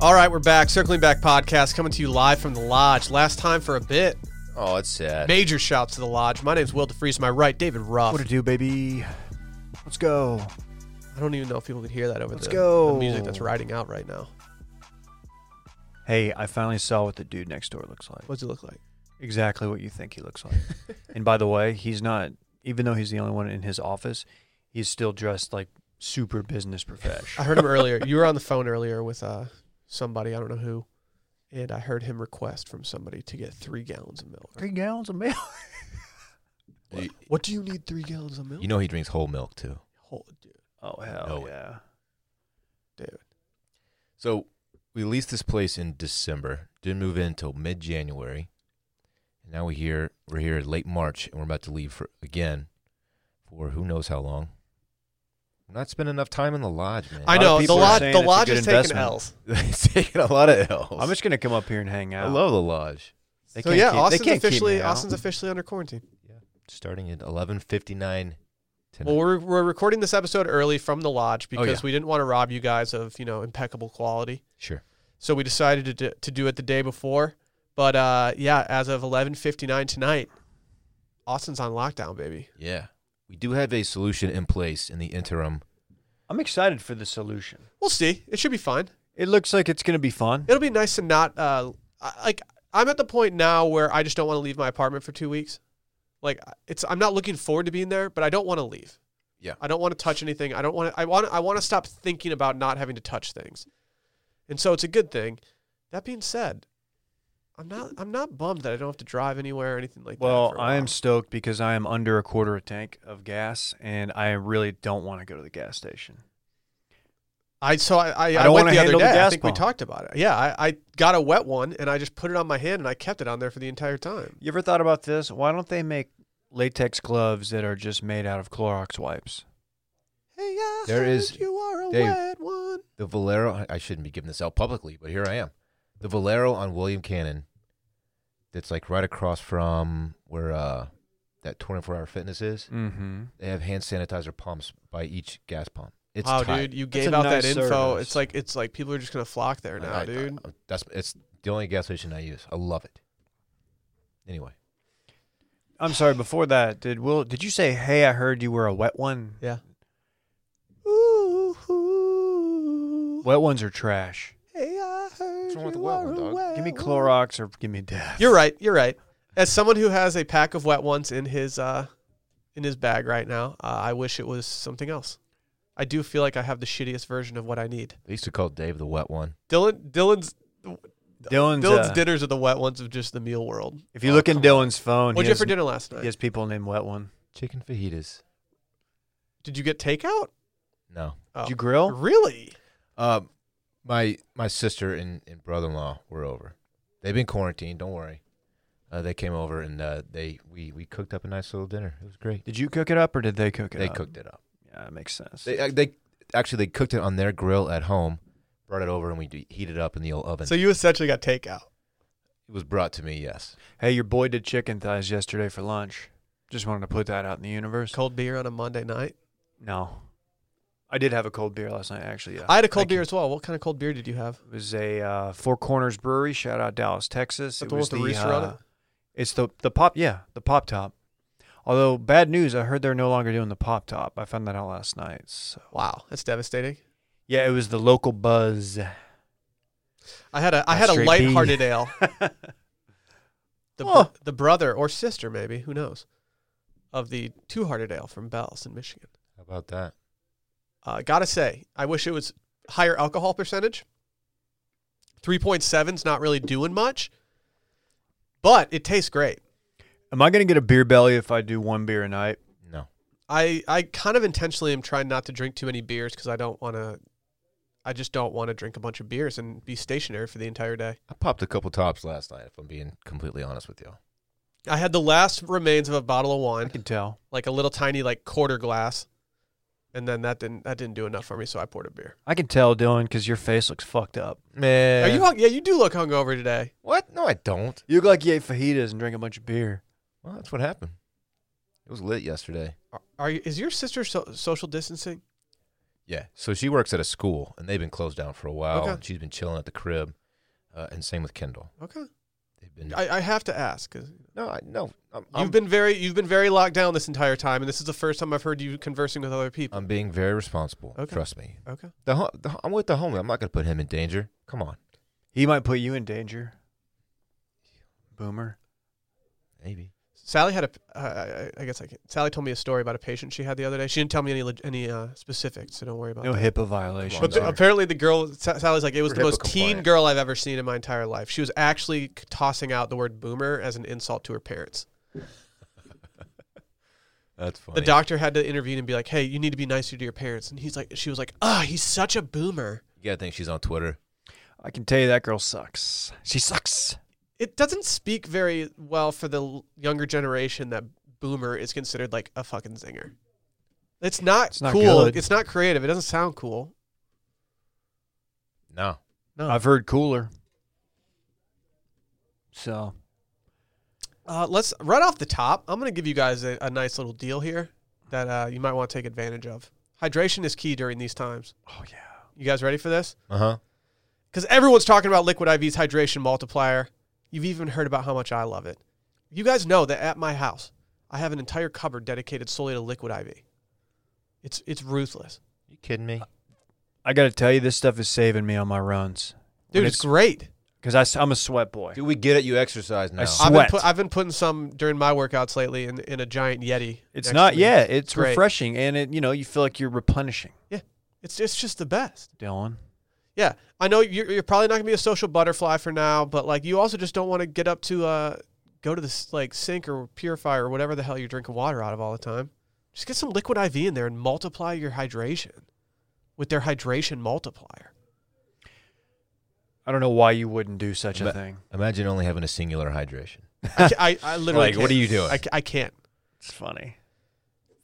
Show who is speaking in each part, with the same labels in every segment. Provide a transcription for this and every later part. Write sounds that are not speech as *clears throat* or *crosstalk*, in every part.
Speaker 1: All right, we're back. Circling Back podcast coming to you live from the lodge. Last time for a bit.
Speaker 2: Oh, it's sad.
Speaker 1: Major shouts to the lodge. My name's Will DeFreeze. My right, David Ruff.
Speaker 3: What to do, baby? Let's go.
Speaker 1: I don't even know if people can hear that over
Speaker 3: Let's
Speaker 1: the,
Speaker 3: go.
Speaker 1: the music that's riding out right now.
Speaker 3: Hey, I finally saw what the dude next door looks like.
Speaker 1: What's it look like?
Speaker 3: Exactly what you think he looks like. and by the way, he's not. Even though he's the only one in his office, he's still dressed like super business
Speaker 1: I *laughs*
Speaker 3: profesh.
Speaker 1: heard him earlier. You were on the phone earlier with uh, somebody I don't know who, and I heard him request from somebody to get three gallons of milk.
Speaker 3: Three gallons of milk.
Speaker 2: You,
Speaker 1: What do you need three gallons of milk?
Speaker 2: you know he drinks whole milk too.
Speaker 1: Hold, dude,
Speaker 3: Oh hell
Speaker 2: No way.
Speaker 3: yeah!
Speaker 1: dude.
Speaker 2: So we leased this place in December. Didn't move in until mid January. And now we here we're here in late March and we're about to leave for again for who knows how long. We're not spending enough time in the lodge, man.
Speaker 1: I
Speaker 3: lot of
Speaker 1: know the
Speaker 3: people are
Speaker 1: lodge.
Speaker 3: saying
Speaker 1: The
Speaker 3: it's a
Speaker 1: lodge
Speaker 3: good
Speaker 1: is taking
Speaker 3: investment.
Speaker 1: L's.
Speaker 2: it's *laughs* taking a lot of L's.
Speaker 3: I'm just gonna come up here and hang
Speaker 2: I
Speaker 3: out.
Speaker 2: love the lodge.
Speaker 3: They
Speaker 1: so
Speaker 3: can't
Speaker 1: yeah,
Speaker 3: keep- they
Speaker 1: Austin's
Speaker 3: can't keep me
Speaker 1: officially
Speaker 3: out.
Speaker 1: Austin's officially under quarantine.
Speaker 2: Starting at eleven fifty nine tonight.
Speaker 1: Well, we're, we're recording this episode early from the lodge because
Speaker 2: yeah.
Speaker 1: we didn't want to rob you guys of you know impeccable quality.
Speaker 2: sure.
Speaker 1: So we decided to do, to do it the day before. But uh, yeah, as of 11:59 tonight, Austin's on lockdown, baby.
Speaker 2: Yeah. We do have a solution in place in the interim.
Speaker 3: I'm excited for the solution.
Speaker 1: We'll see. It should be fine.
Speaker 3: It looks like it's gonna be fun.
Speaker 1: It'll be nice to not uh, I- like I'm at the point now where I just don't want to leave my apartment for 2 weeks. Like it's I'm not looking forward to being there, but I don't want to leave.
Speaker 2: Yeah.
Speaker 1: I don't want to touch anything. I don't want to, I want I want to stop thinking about not having to touch things. And so it's a good thing. That being said, I'm not I'm not bummed that I don't have to drive anywhere or anything like that.
Speaker 3: Well,
Speaker 1: for a
Speaker 3: I am
Speaker 1: while.
Speaker 3: stoked because I am under a quarter a tank of gas, and I really don't want to go to the gas station.
Speaker 1: I saw. I, I,
Speaker 3: don't
Speaker 1: I went
Speaker 3: wanna
Speaker 1: the other
Speaker 3: handle
Speaker 1: day.
Speaker 3: the
Speaker 1: I
Speaker 3: gas
Speaker 1: think
Speaker 3: pump.
Speaker 1: we talked about it. Yeah, I, I got a wet one and I just put it on my hand and I kept it on there for the entire time.
Speaker 3: You ever thought about this? Why don't they make latex gloves that are just made out of Clorox wipes?
Speaker 1: Hey, I
Speaker 2: There
Speaker 1: heard
Speaker 2: is-
Speaker 1: You are a
Speaker 2: Dave.
Speaker 1: wet one.
Speaker 2: The Valero, I shouldn't be giving this out publicly, but here I am. The Valero on William Cannon, that's like right across from where uh, that 24 hour fitness is.
Speaker 3: Mm-hmm.
Speaker 2: They have hand sanitizer pumps by each gas pump. It's
Speaker 1: wow,
Speaker 2: tight.
Speaker 1: dude, you
Speaker 3: That's
Speaker 1: gave
Speaker 3: a
Speaker 1: out
Speaker 3: nice
Speaker 1: that info.
Speaker 3: service.
Speaker 1: It's like it's like people are just gonna flock there now,
Speaker 2: I- I-
Speaker 1: dude.
Speaker 2: I- that's it's the only gas station I use. I love it. Anyway,
Speaker 3: I'm sorry. Before that, did Will? Did you say, "Hey, I heard you were a wet one"?
Speaker 1: yeah. Ooh, ooh.
Speaker 3: Wet ones are trash.
Speaker 1: Hey, I heard
Speaker 2: wrong with the
Speaker 1: you
Speaker 2: wet
Speaker 1: are
Speaker 2: one,
Speaker 1: a
Speaker 2: dog?
Speaker 1: wet
Speaker 3: Give me
Speaker 1: one.
Speaker 3: Clorox or give me death.
Speaker 1: You're right. You're right. As someone who has a pack of wet ones in his uh, in his bag right now, uh, I wish it was something else. I do feel like I have the shittiest version of what I need.
Speaker 2: they used to call Dave the wet one.
Speaker 1: Dylan, Dylan's Dylan's
Speaker 3: Dylan's.
Speaker 1: Oh,
Speaker 3: uh,
Speaker 1: dinners are the wet ones of just the meal world.
Speaker 3: if you look in Dylan's phone,
Speaker 1: What'd
Speaker 3: he
Speaker 1: you have
Speaker 3: has,
Speaker 1: for dinner last night?
Speaker 3: he has people named Wet One.
Speaker 2: Chicken fajitas.
Speaker 1: Did you get takeout?
Speaker 2: No.
Speaker 1: Oh.
Speaker 3: Did you grill?
Speaker 1: Really?
Speaker 2: Um, my my sister and, and brother in law were over. They've been quarantined. Don't worry. Uh, they came over and uh, they we we cooked up a nice little dinner. It was great.
Speaker 3: Did you cook it up or did they cook it?
Speaker 2: they
Speaker 3: up?
Speaker 2: cooked it up.
Speaker 3: Yeah, that makes sense.
Speaker 2: They uh, they actually they cooked it on their grill at home, brought it over, and we d- heated it up in the old oven.
Speaker 1: So you essentially got takeout.
Speaker 2: it was brought to me. Yes,
Speaker 3: hey, your boy did chicken thighs yesterday for lunch. Just wanted to put that out in the universe.
Speaker 1: Cold beer on a Monday night.
Speaker 3: No, I did have a cold beer last night. Actually, yeah.
Speaker 1: I had a cold
Speaker 3: Thank you.
Speaker 1: beer as well. What kind of cold beer did you have?
Speaker 3: It was a uh, Four Corners Brewery. Shout out Dallas, Texas.
Speaker 1: Is that
Speaker 3: It
Speaker 1: the one
Speaker 3: was
Speaker 1: with the rooster on
Speaker 3: uh,
Speaker 1: it?
Speaker 3: It's the the pop. Yeah, the pop top. Although bad news, I heard they're no longer doing the pop top. I found that out last night. So
Speaker 1: Wow, that's devastating.
Speaker 3: yeah, it was the
Speaker 1: *laughs*
Speaker 3: local buzz.
Speaker 1: I had a I had
Speaker 3: That's
Speaker 1: a
Speaker 3: straight B.
Speaker 1: lighthearted
Speaker 3: *laughs*
Speaker 1: ale. The br-
Speaker 3: Oh.
Speaker 1: the brother or sister maybe who knows of the two hearted ale from Bell's in Michigan.
Speaker 2: how about that?
Speaker 1: Uh, gotta say, I wish it was higher alcohol percentage. 3.7's not really doing much, but it tastes great.
Speaker 3: Am I gonna get a beer belly if I do one beer a night?
Speaker 2: No,
Speaker 1: I, I kind of intentionally am trying not to drink too many beers because I don't want to, I just don't want to drink a bunch of beers and be stationary for the entire day.
Speaker 2: I popped a couple tops last night. If I'm being completely honest with y'all,
Speaker 1: I had the last remains of a bottle of
Speaker 3: I
Speaker 1: wine,
Speaker 3: can tell.
Speaker 1: like a little tiny like quarter glass, and then that didn't that didn't do enough for me, so I poured a beer.
Speaker 3: I can tell, Dylan, because your face looks fucked up.
Speaker 2: man.
Speaker 1: Are you hung? Yeah, you do look hungover today.
Speaker 2: what? No, I don't.
Speaker 3: You look like you ate fajitas and drank a bunch of beer.
Speaker 2: Well, that's what happened. It was lit yesterday.
Speaker 1: Are, are you? Is your sister so, social distancing?
Speaker 2: Yeah. So she works at a school, and they've been closed down for a while.
Speaker 1: Okay.
Speaker 2: and She's been chilling at the crib, uh, and same with Kendall.
Speaker 1: Okay.
Speaker 2: They've been.
Speaker 1: I, I have to ask 'cause you've
Speaker 2: no, I, no. I'm, I'm, *laughs*
Speaker 1: been very you've been very locked down this entire time, and this is the first time I've heard you conversing with other people.
Speaker 2: I'm being very responsible.
Speaker 1: Okay.
Speaker 2: Trust me.
Speaker 1: okay.
Speaker 2: The, ho- the ho- I'm with the homie. I'm not going to put him in danger. Come on.
Speaker 3: He might put you in danger. Boomer.
Speaker 2: Maybe.
Speaker 1: Sally had a. Uh, I I guess I can. Sally told me a story about a patient she had the other day. She didn't tell me any leg- any uh, specifics, so don't worry about
Speaker 3: No
Speaker 1: that.
Speaker 3: HIPAA violation.
Speaker 1: But the-
Speaker 2: Sorry.
Speaker 1: apparently, the girl Sa- Sally's like it was
Speaker 2: We're
Speaker 1: the most
Speaker 2: HIPAA
Speaker 1: teen
Speaker 2: compliant.
Speaker 1: girl I've ever seen in my entire life. She was actually c- tossing out the word "boomer" as an insult to her parents.
Speaker 2: *laughs* That's funny.
Speaker 1: The doctor had to intervene and be like, "Hey, you need to be nicer to your parents." And he's like, she was like, "Ah, he's such a boomer."
Speaker 2: you got to think she's on Twitter.
Speaker 3: I can tell you that girl sucks. She sucks.
Speaker 1: It doesn't speak very well for the l- younger generation that boomer is considered like a fucking zinger. It's not,
Speaker 3: It's not
Speaker 1: cool.
Speaker 3: good.
Speaker 1: It's not creative. It doesn't sound cool.
Speaker 2: No.
Speaker 1: No.
Speaker 3: I've heard cooler. So
Speaker 1: Uh, let's right off the top. I'm going to give you guys a, a nice little deal here that uh, you might want to take advantage of. Hydration is key during these times.
Speaker 3: Oh yeah.
Speaker 1: You guys ready for this?
Speaker 2: Uh huh.
Speaker 1: Because everyone's talking about Liquid IV's hydration multiplier. You've even heard about how much I love it. You guys know that at my house, I have an entire cupboard dedicated solely to Liquid IV. It's it's ruthless,
Speaker 2: You kidding me?
Speaker 3: I gotta tell you, this stuff is saving me on my runs.
Speaker 1: dude.
Speaker 3: When
Speaker 1: It's,
Speaker 3: it's-
Speaker 1: great.
Speaker 3: Because I'm a sweat boy.
Speaker 2: Do we get it? You exercise now.
Speaker 3: s-
Speaker 1: I've been,
Speaker 3: sweat.
Speaker 1: put, I've been putting some during my workouts lately in, in a giant Yeti.
Speaker 3: It's
Speaker 1: next
Speaker 3: not
Speaker 1: to me.
Speaker 3: yeah, it's
Speaker 1: Great.
Speaker 3: refreshing and it you know, you feel like you're replenishing,
Speaker 1: It's it's just the best.
Speaker 3: Dylan.
Speaker 1: Yeah, I know you're, you're probably not gonna be a social butterfly for now, but like you also just don't want to get up to uh go to this like sink or purifier or whatever the hell you're drinking water out of all the time. Just get some liquid IV in there and multiply your hydration with their hydration multiplier.
Speaker 3: I don't know why you wouldn't do such a
Speaker 2: But-
Speaker 3: thing.
Speaker 2: Imagine only having a singular hydration.
Speaker 1: I, ca- I,
Speaker 2: *laughs*
Speaker 1: I literally
Speaker 2: Like, what
Speaker 1: can't.
Speaker 2: are you doing?
Speaker 1: I, ca- I can't.
Speaker 3: It's funny.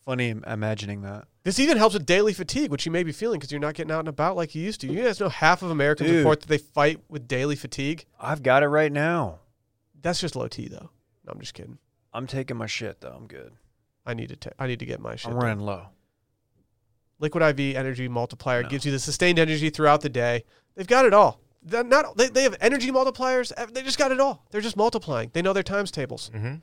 Speaker 3: Funny im- imagining that.
Speaker 1: This even helps with daily fatigue, which you may be feeling because you're not getting out and about like you used to. You guys know half of Americans
Speaker 3: Dude.
Speaker 1: report that they fight with daily fatigue.
Speaker 3: I've got it right now.
Speaker 1: That's just low T though. No, I'm just kidding.
Speaker 3: I'm taking my shit though. I'm good.
Speaker 1: I need to ta- I need to get my shit.
Speaker 3: I'm
Speaker 1: done.
Speaker 3: running low.
Speaker 1: Liquid IV energy multiplier
Speaker 3: No.
Speaker 1: gives you the sustained energy throughout the day. They've got it all. They're not they, they have energy multipliers. Ev- They just got it all. They're just multiplying. They know their times tables.
Speaker 2: Mm-hmm.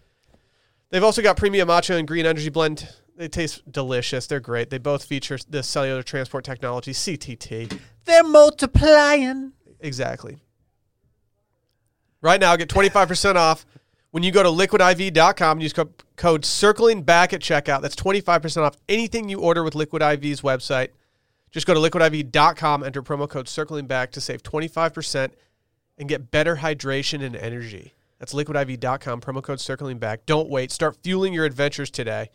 Speaker 1: They've also got premium matcha and green energy blend. They taste delicious. They're great. They both feature the cellular transport technology CTT.
Speaker 3: They're multiplying.
Speaker 1: Exactly. Right now, get 25% off when you go to liquidiv.com and use co- code circling back at checkout. That's 25% off anything you order with Liquid IV's website. Just go to liquidiv.com, enter promo code circling back to save 25% and get better hydration and energy. That's liquidiv.com, promo code circling back. Don't wait. Start fueling your adventures today.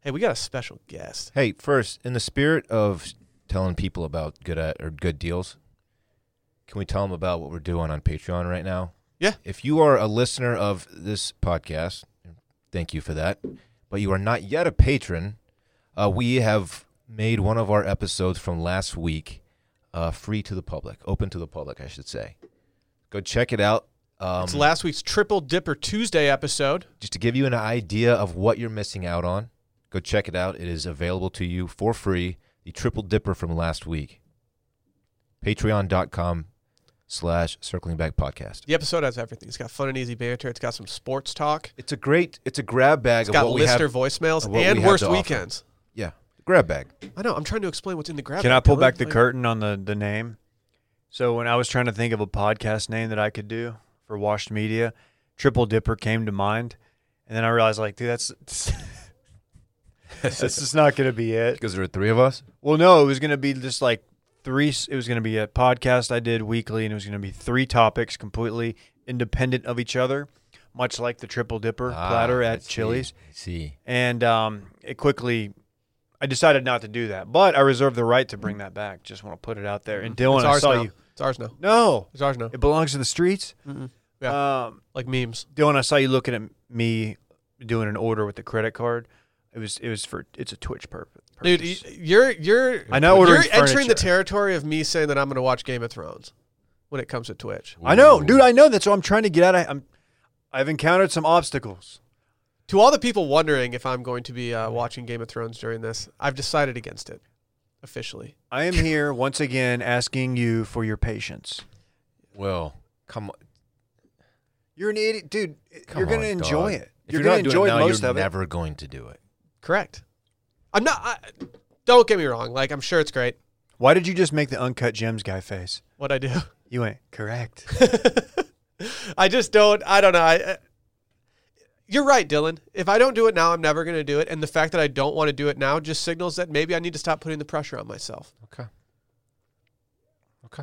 Speaker 1: Hey, we got a special guest.
Speaker 2: Hey, first, in the spirit of telling people about good at, or good deals, can we tell them about what we're doing on Patreon right now?
Speaker 1: Yeah.
Speaker 2: If you are a listener of this podcast, thank you for that. But you are not yet a patron. Uh, we have made one of our episodes from last week uh, free to the public, open to the public, I should say. Go check it out. Um,
Speaker 1: It's last week's Triple Dipper Tuesday episode.
Speaker 2: just to give you an idea of what you're missing out on, go check it out. It is available to you for free. The triple dipper from last week. Patreon.com slash circling back podcast.
Speaker 1: The episode has everything. It's got fun and easy banter. It's got some sports talk.
Speaker 2: It's a great it's a grab bag
Speaker 1: It's
Speaker 2: of
Speaker 1: got
Speaker 2: what
Speaker 1: lister
Speaker 2: we have.
Speaker 1: voicemails
Speaker 2: of what we
Speaker 1: and
Speaker 2: have
Speaker 1: worst
Speaker 2: to offer.
Speaker 1: weekends.
Speaker 2: Yeah. Grab bag.
Speaker 1: I know. I'm trying to explain what's in the grab.
Speaker 3: Can I
Speaker 1: bag,
Speaker 3: pull
Speaker 1: Dylan.
Speaker 3: back the
Speaker 1: Like,
Speaker 3: curtain on the the name? So when I was trying to think of a podcast name that I could do for Washed Media, Triple Dipper came to mind, and then I realized like, dude, that's *laughs* this is not going to be it.
Speaker 2: Because there are three of us.
Speaker 3: Well, no, it was going to be just like three. It was going to be a podcast I did weekly, and it was going to be three topics completely independent of each other, much like the triple dipper platter
Speaker 2: Ah, I
Speaker 3: at
Speaker 2: see,
Speaker 3: Chili's.
Speaker 2: I See.
Speaker 3: And um, it quickly, I decided not to do that, but I reserve the right to bring that back. Just want to put it out there. And
Speaker 2: Mm-hmm.
Speaker 3: Dylan,
Speaker 1: It's
Speaker 3: I
Speaker 1: ours
Speaker 3: saw
Speaker 1: now.
Speaker 3: you.
Speaker 1: It's ours now.
Speaker 3: No,
Speaker 1: It's ours now.
Speaker 3: it belongs to the streets. Um,
Speaker 1: Like memes.
Speaker 3: Dylan, I saw you looking at me doing an order with the credit card. It was it was for it's a Twitch purp- purpose.
Speaker 1: Dude, y- you're you're
Speaker 3: I know
Speaker 1: you're
Speaker 3: ordering
Speaker 1: entering the
Speaker 3: furniture.
Speaker 1: territory of me saying that I'm going to watch Game of Thrones when it comes to Twitch.
Speaker 3: I know, dude. I know. That's what I'm trying to get at. I, I'm, I've encountered some obstacles.
Speaker 1: To all the people wondering if I'm going to be uh, watching Game of Thrones during this, I've decided against it. officially.
Speaker 3: I
Speaker 2: *laughs*
Speaker 3: am here once again asking you for your patience.
Speaker 2: Well, come on.
Speaker 3: You're an idiot, dude.
Speaker 2: Come
Speaker 3: you're gonna
Speaker 2: on,
Speaker 3: enjoy
Speaker 2: dog.
Speaker 3: it.
Speaker 2: If
Speaker 3: you're, gonna
Speaker 2: not doing
Speaker 3: enjoy
Speaker 2: it now,
Speaker 3: most
Speaker 2: you're
Speaker 3: of
Speaker 2: never going to do it.
Speaker 1: Correct. I'm not. I, don't get me wrong. Like I'm sure it's great.
Speaker 3: it. Why did you just make the uncut gems guy face?
Speaker 1: What I do.
Speaker 3: You went correct. *laughs*
Speaker 1: *laughs* I just don't. I don't know. I, I- you're right, Dylan. If I don't do it now, I'm never going to do it. And the fact that I don't want to do it now just signals that maybe I need to stop putting the pressure on myself.
Speaker 2: Okay. Okay.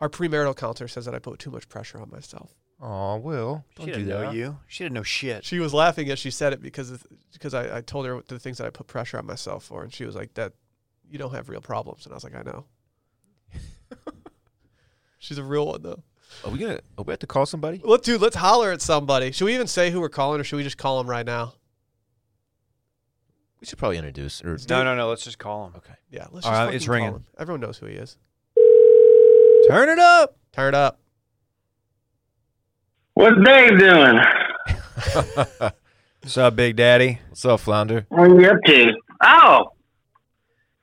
Speaker 1: Our premarital counselor says that I put too much pressure on myself.
Speaker 2: Oh, Will,
Speaker 3: she
Speaker 2: don't do
Speaker 3: didn't know
Speaker 2: that.
Speaker 3: you. She didn't know shit.
Speaker 1: She was laughing as she said it because of- because I, I told her the things that I put pressure on myself for, and she was like, "That you don't have real problems." And I was like, "I know." She's a real one though.
Speaker 2: Are we gonna? Are we have to call somebody?
Speaker 1: Let's dude, let's holler at somebody. Should we even say who we're calling, or should we just call him right now?
Speaker 2: We should probably introduce. Or
Speaker 3: No, no, no. Let's just call him.
Speaker 2: Okay.
Speaker 1: Yeah, let's just
Speaker 3: All right,
Speaker 1: fucking
Speaker 3: it's
Speaker 1: call
Speaker 3: ringing.
Speaker 1: him. Everyone knows who he is.
Speaker 3: Turn it up.
Speaker 1: Turn it up.
Speaker 4: What's Dave doing?
Speaker 3: What's up, Big Daddy?
Speaker 2: *laughs* What's up, Flounder?
Speaker 4: What are you up to? Oh, so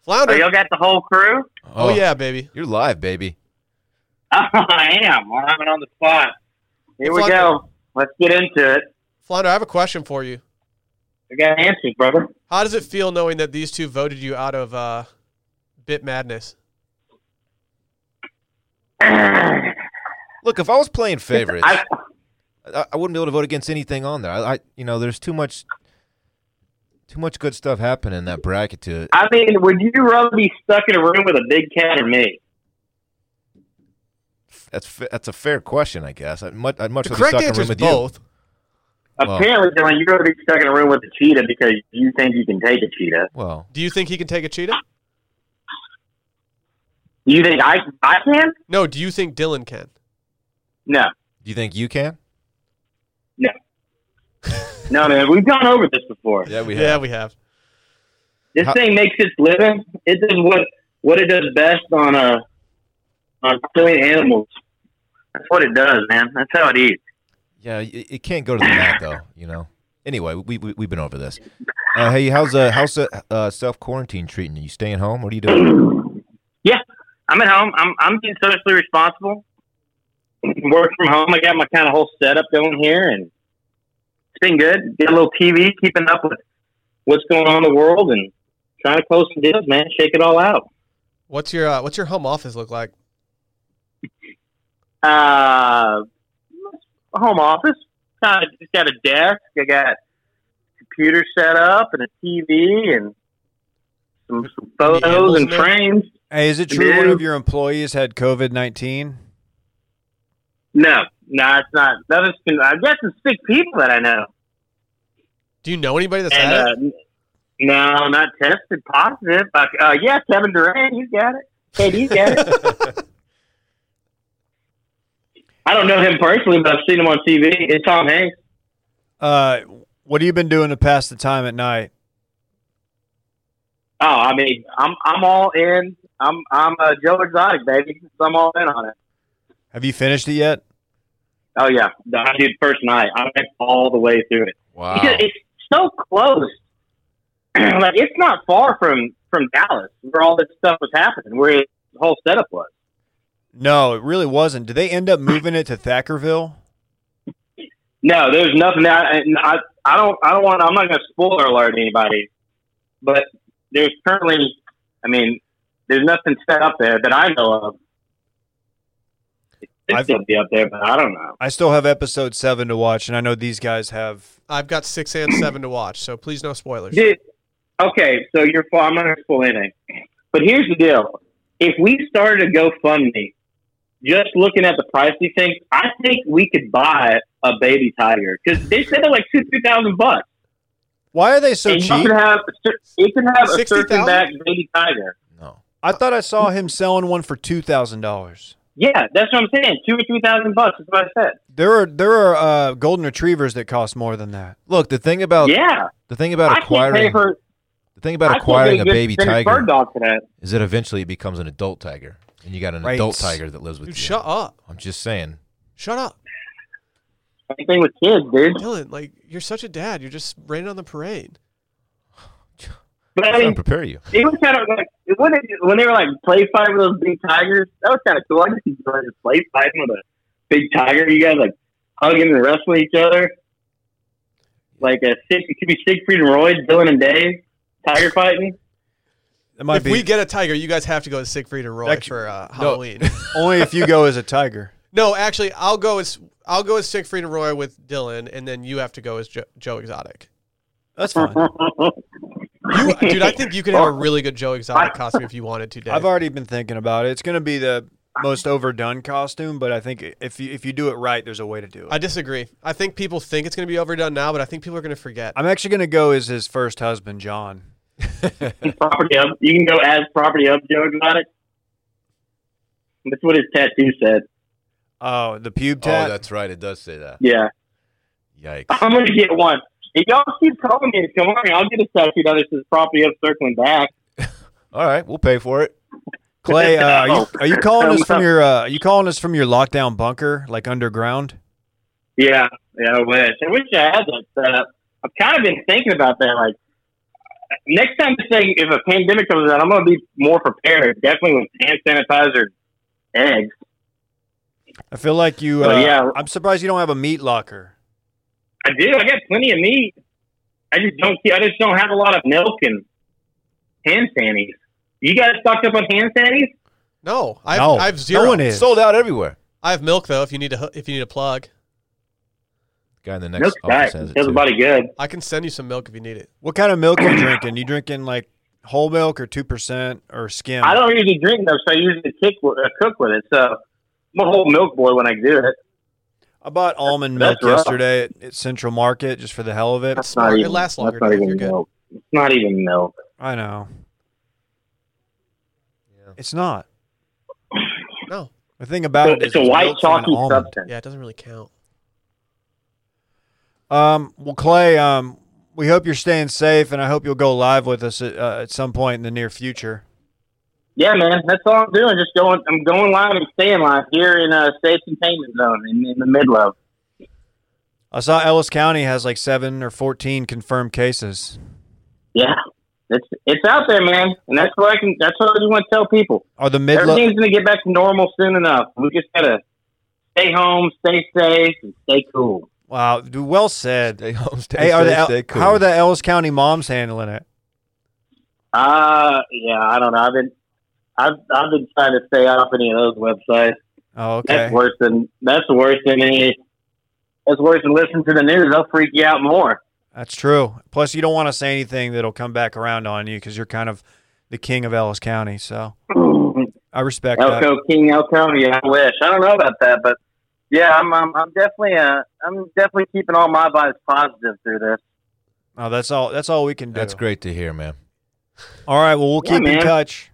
Speaker 1: Flounder.
Speaker 4: y'all got the whole crew? *laughs*
Speaker 1: oh, yeah, baby.
Speaker 2: You're live, baby.
Speaker 4: Oh, I am. Well, I'm on the spot. Here we
Speaker 1: It's like-
Speaker 4: go. Let's get into it.
Speaker 1: Flounder, I have a question for you.
Speaker 4: We got answers, brother.
Speaker 1: How does it feel knowing that these two voted you out of uh, Bit Madness?
Speaker 2: Look, if I was
Speaker 1: *laughs*
Speaker 2: playing favorites,
Speaker 4: I,
Speaker 2: I, I wouldn't be able to vote against anything on there. I, I, you know, there's too much, too much good stuff happening in that bracket to.
Speaker 4: I mean, would you rather be stuck in a room with a big cat or me?
Speaker 2: That's fa- that's a fair question, I guess. I'd much, I'd much
Speaker 1: The
Speaker 2: rather be
Speaker 1: correct
Speaker 2: stuck in a
Speaker 1: answer
Speaker 2: room
Speaker 1: is
Speaker 2: with
Speaker 1: both.
Speaker 2: Well-
Speaker 4: Apparently, Dylan, you'd rather be stuck in a room with a cheetah because you think you can take a cheetah.
Speaker 2: you. Well,
Speaker 1: Do you think he can take a cheetah?
Speaker 4: You think I I can?
Speaker 1: No. Do you think Dylan can?
Speaker 4: No,
Speaker 2: do you think you can?
Speaker 4: no, man. We've gone over this before.
Speaker 2: Yeah, we
Speaker 1: Yeah, we have.
Speaker 4: This
Speaker 2: How-
Speaker 4: thing makes its living. It does what what it does best on uh on killing animals. That's what it does, man. That's how it eats.
Speaker 2: Yeah, it, it can't go to the mat though. You know. Anyway, we, we we've been over this. Uh, hey, how's uh how's uh, uh self quarantine treating you? You staying home? What are you doing?
Speaker 4: Yeah, I'm at home. I'm I'm being socially responsible. Work from home. I got my kind of whole setup going here, and it's been good. Get a little TV, keeping up with what's going on in the world, and trying to close some deals, man. Shake it all out.
Speaker 1: What's your uh, What's your home office look like?
Speaker 4: Uh, home office. Kind of just got a desk. I got a computer set up and a TV and some, some
Speaker 1: Any
Speaker 4: photos
Speaker 1: animals in
Speaker 4: and
Speaker 1: there?
Speaker 4: frames.
Speaker 3: Hey, is it true one
Speaker 4: Dude.
Speaker 3: of your employees had COVID nineteen?
Speaker 4: No, no, it's not. That is, I've got some sick people that I know,
Speaker 1: Do you know anybody that's
Speaker 4: and
Speaker 1: had
Speaker 4: uh,
Speaker 1: it?
Speaker 4: n- no, not tested positive. Uh, uh, yeah, Kevin Durant, he's got it. Hey, he's got
Speaker 1: *laughs*
Speaker 4: it. I don't know him personally, but I've seen him on TV. It's Tom Hanks.
Speaker 3: Uh, what have you been doing to pass the time at night?
Speaker 4: Oh, I mean, I'm I'm all in. I'm I'm a Joe Exotic baby. So I'm all in on it.
Speaker 3: Have you finished it yet?
Speaker 4: Oh yeah, The- I did first night. I went all the way through it.
Speaker 2: Wow.
Speaker 4: Because It's so close. *clears throat* like it's not far from from Dallas, where all this stuff was happening, where the whole setup was.
Speaker 3: No, it really wasn't. Did they end up moving it to Thackerville?
Speaker 4: No, there's nothing that and I I don't I don't want I'm not going to spoiler alert anybody, but there's currently, I mean, there's nothing set up there that I know of. It
Speaker 3: I've-
Speaker 4: could still be up there, but I don't know.
Speaker 3: I still have episode seven to watch, and I know these guys have.
Speaker 1: I've got six and seven to watch, so please no spoilers.
Speaker 4: Dude, okay, so you're full. I'm not going to spoil anything. But here's the deal. If we started a GoFundMe, just looking at the price these things, I think we could buy a baby tiger. Because they said they're like two, 3000 bucks.
Speaker 3: Why are they so
Speaker 4: and you
Speaker 3: cheap?
Speaker 4: can have, a cer- you can have a
Speaker 1: 60,000?
Speaker 4: certain back baby tiger.
Speaker 2: no.
Speaker 3: I thought I saw him selling one for two thousand dollars.
Speaker 4: Yeah, that's what I'm saying. Two or 3000 bucks is what I said.
Speaker 3: There are there are uh, golden retrievers that cost more than that.
Speaker 2: Look, the thing Oh, about
Speaker 4: yeah.
Speaker 2: the thing
Speaker 4: I
Speaker 2: about
Speaker 4: can't pay
Speaker 2: acquiring
Speaker 4: for,
Speaker 2: the thing
Speaker 4: I
Speaker 2: about
Speaker 4: can't
Speaker 2: acquiring
Speaker 4: pay
Speaker 2: a
Speaker 4: good
Speaker 2: baby
Speaker 4: Finnish
Speaker 2: tiger
Speaker 4: bird dog for that.
Speaker 2: is that eventually it becomes an adult tiger, and you got an
Speaker 3: Right.
Speaker 2: adult tiger that lives with
Speaker 1: Dude,
Speaker 2: you.
Speaker 1: shut up!
Speaker 2: I'm just saying.
Speaker 1: Shut up,
Speaker 4: Same thing with kids, dude.
Speaker 1: Dylan. Like you're such a dad. You're just raining on the parade.
Speaker 4: But I
Speaker 2: Trying to
Speaker 4: mean,
Speaker 2: prepare you.
Speaker 4: it was kind of like it when, it, when they were like play fighting with those big tigers. That was kind of cool. I just enjoyed just play fighting with a big tiger. You guys like hugging and wrestling each other. Like a six, it could be Siegfried and Roy, Dylan and Dave, tiger fighting.
Speaker 3: It might
Speaker 1: if
Speaker 3: be *laughs*
Speaker 1: we get a tiger, you guys have to go to Siegfried and Roy
Speaker 3: That c-
Speaker 1: for uh,
Speaker 3: *laughs*
Speaker 1: Halloween.
Speaker 3: only if you go as a tiger.
Speaker 1: no, actually, I'll go as I'll go as Siegfried and Roy with Dylan, and then you have to go as jo- Joe Exotic.
Speaker 3: That's fine.
Speaker 1: You, dude, I think you could have a really good Joe Exotic costume if you wanted to. Dave.
Speaker 3: *laughs* I've already been thinking about it. It's going to be the most overdone costume, but I think if you if you do it right, there's a way to do
Speaker 1: I
Speaker 3: it.
Speaker 1: disagree. I think people think it's going to be overdone now, but I think people are going to forget.
Speaker 3: I'm actually going to go as his first husband, John.
Speaker 4: property up. You can go as property up Joe Exotic. That's what his tattoo said.
Speaker 3: Oh, the pube
Speaker 2: Oh,
Speaker 3: tat.
Speaker 2: that's right. It does say that.
Speaker 4: Yeah,
Speaker 2: Yikes.
Speaker 4: I'm gonna get one. If y'all keep telling me to come on, I'll get a tattoo that says property up circling back.
Speaker 2: All right, we'll pay for it.
Speaker 3: Clay, uh, are, you,
Speaker 4: No.
Speaker 3: are you calling
Speaker 4: Um,
Speaker 3: us from your uh, are you calling us from your lockdown bunker, like underground?
Speaker 4: Yeah, yeah, I wish. I wish I had that set up. I've kind of been thinking about that. Like next time, this thing, if a pandemic comes out, I'm gonna be more prepared. Definitely with hand sanitizer, and eggs.
Speaker 3: I feel like you. Uh,
Speaker 4: Well, yeah.
Speaker 3: I'm surprised you don't have a meat locker.
Speaker 4: I do. I got plenty of meat. I just don't. I just don't have a lot of milk and hand sannies. You guys stocked up on hand sannies?
Speaker 1: no, I have,
Speaker 3: no,
Speaker 1: I have zero.
Speaker 3: No one is.
Speaker 2: Sold out everywhere.
Speaker 1: I have milk though. If you need to, if you need a plug,
Speaker 2: Guy in the next
Speaker 4: Milk's
Speaker 2: office
Speaker 4: diet
Speaker 2: has it
Speaker 4: does the
Speaker 2: too.
Speaker 4: body good.
Speaker 1: I can send you some milk if you need it.
Speaker 3: What kind of milk are you drinking? You drinking like whole milk or two percent or skim?
Speaker 4: I don't usually drink those, so I usually kick, uh, cook with it. So I'm a whole milk boy when I do it.
Speaker 3: I bought almond milk
Speaker 4: That's rough.
Speaker 3: yesterday at, at Central Market just for the hell of it.
Speaker 4: That's
Speaker 1: smart.
Speaker 4: not
Speaker 1: It
Speaker 4: even.
Speaker 1: lasts longer,
Speaker 4: that's not
Speaker 1: Dave.
Speaker 4: even
Speaker 1: You're good.
Speaker 4: milk. It's not even milk.
Speaker 3: I know.
Speaker 2: Yeah.
Speaker 3: It's not.
Speaker 1: No,
Speaker 3: The thing about it is
Speaker 4: it's a white
Speaker 3: milk from an
Speaker 4: chalky
Speaker 3: almond.
Speaker 4: substance.
Speaker 1: yeah, it doesn't really count.
Speaker 3: Um, well, Clay, um, we hope you're staying safe, and I hope you'll go live with us at, uh, at some point in the near future.
Speaker 4: Yeah, man, that's all I'm doing. Just going. I'm going live and staying live here in a safe containment zone in, in the middle of.
Speaker 3: I saw Ellis County has like seven or fourteen confirmed cases.
Speaker 4: Yeah, it's it's out there, man, and that's what I can. That's what I just want to tell people.
Speaker 3: Are the Midland?
Speaker 4: Everything's gonna get back to normal soon enough. We just gotta stay home, stay safe, and stay cool.
Speaker 3: Wow, dude, well said.
Speaker 2: Stay home, stay
Speaker 3: Hey, are
Speaker 2: safe,
Speaker 3: the El-
Speaker 2: stay cool.
Speaker 3: how are the Ellis County moms handling it?
Speaker 4: Uh yeah, I don't know. I've been I've I've been trying to stay off any of those websites.
Speaker 3: Oh, okay.
Speaker 4: That's worse than that's worse than any that's worse than listening to the news. They'll freak you out more. *clears throat*
Speaker 3: That's true. Plus, you don't want to say anything that'll come back around on you because you're kind of the king of Ellis County. So I respect that.
Speaker 4: Elko King Elko, yeah, I wish. I don't know about that, but yeah, I'm I'm, I'm definitely uh I'm definitely keeping all my vibes positive through this.
Speaker 3: Oh, that's all. That's all we can do.
Speaker 2: That's great to hear, man. *laughs*
Speaker 3: All right. Well, we'll
Speaker 4: Yeah,
Speaker 3: keep in
Speaker 4: man.
Speaker 3: touch.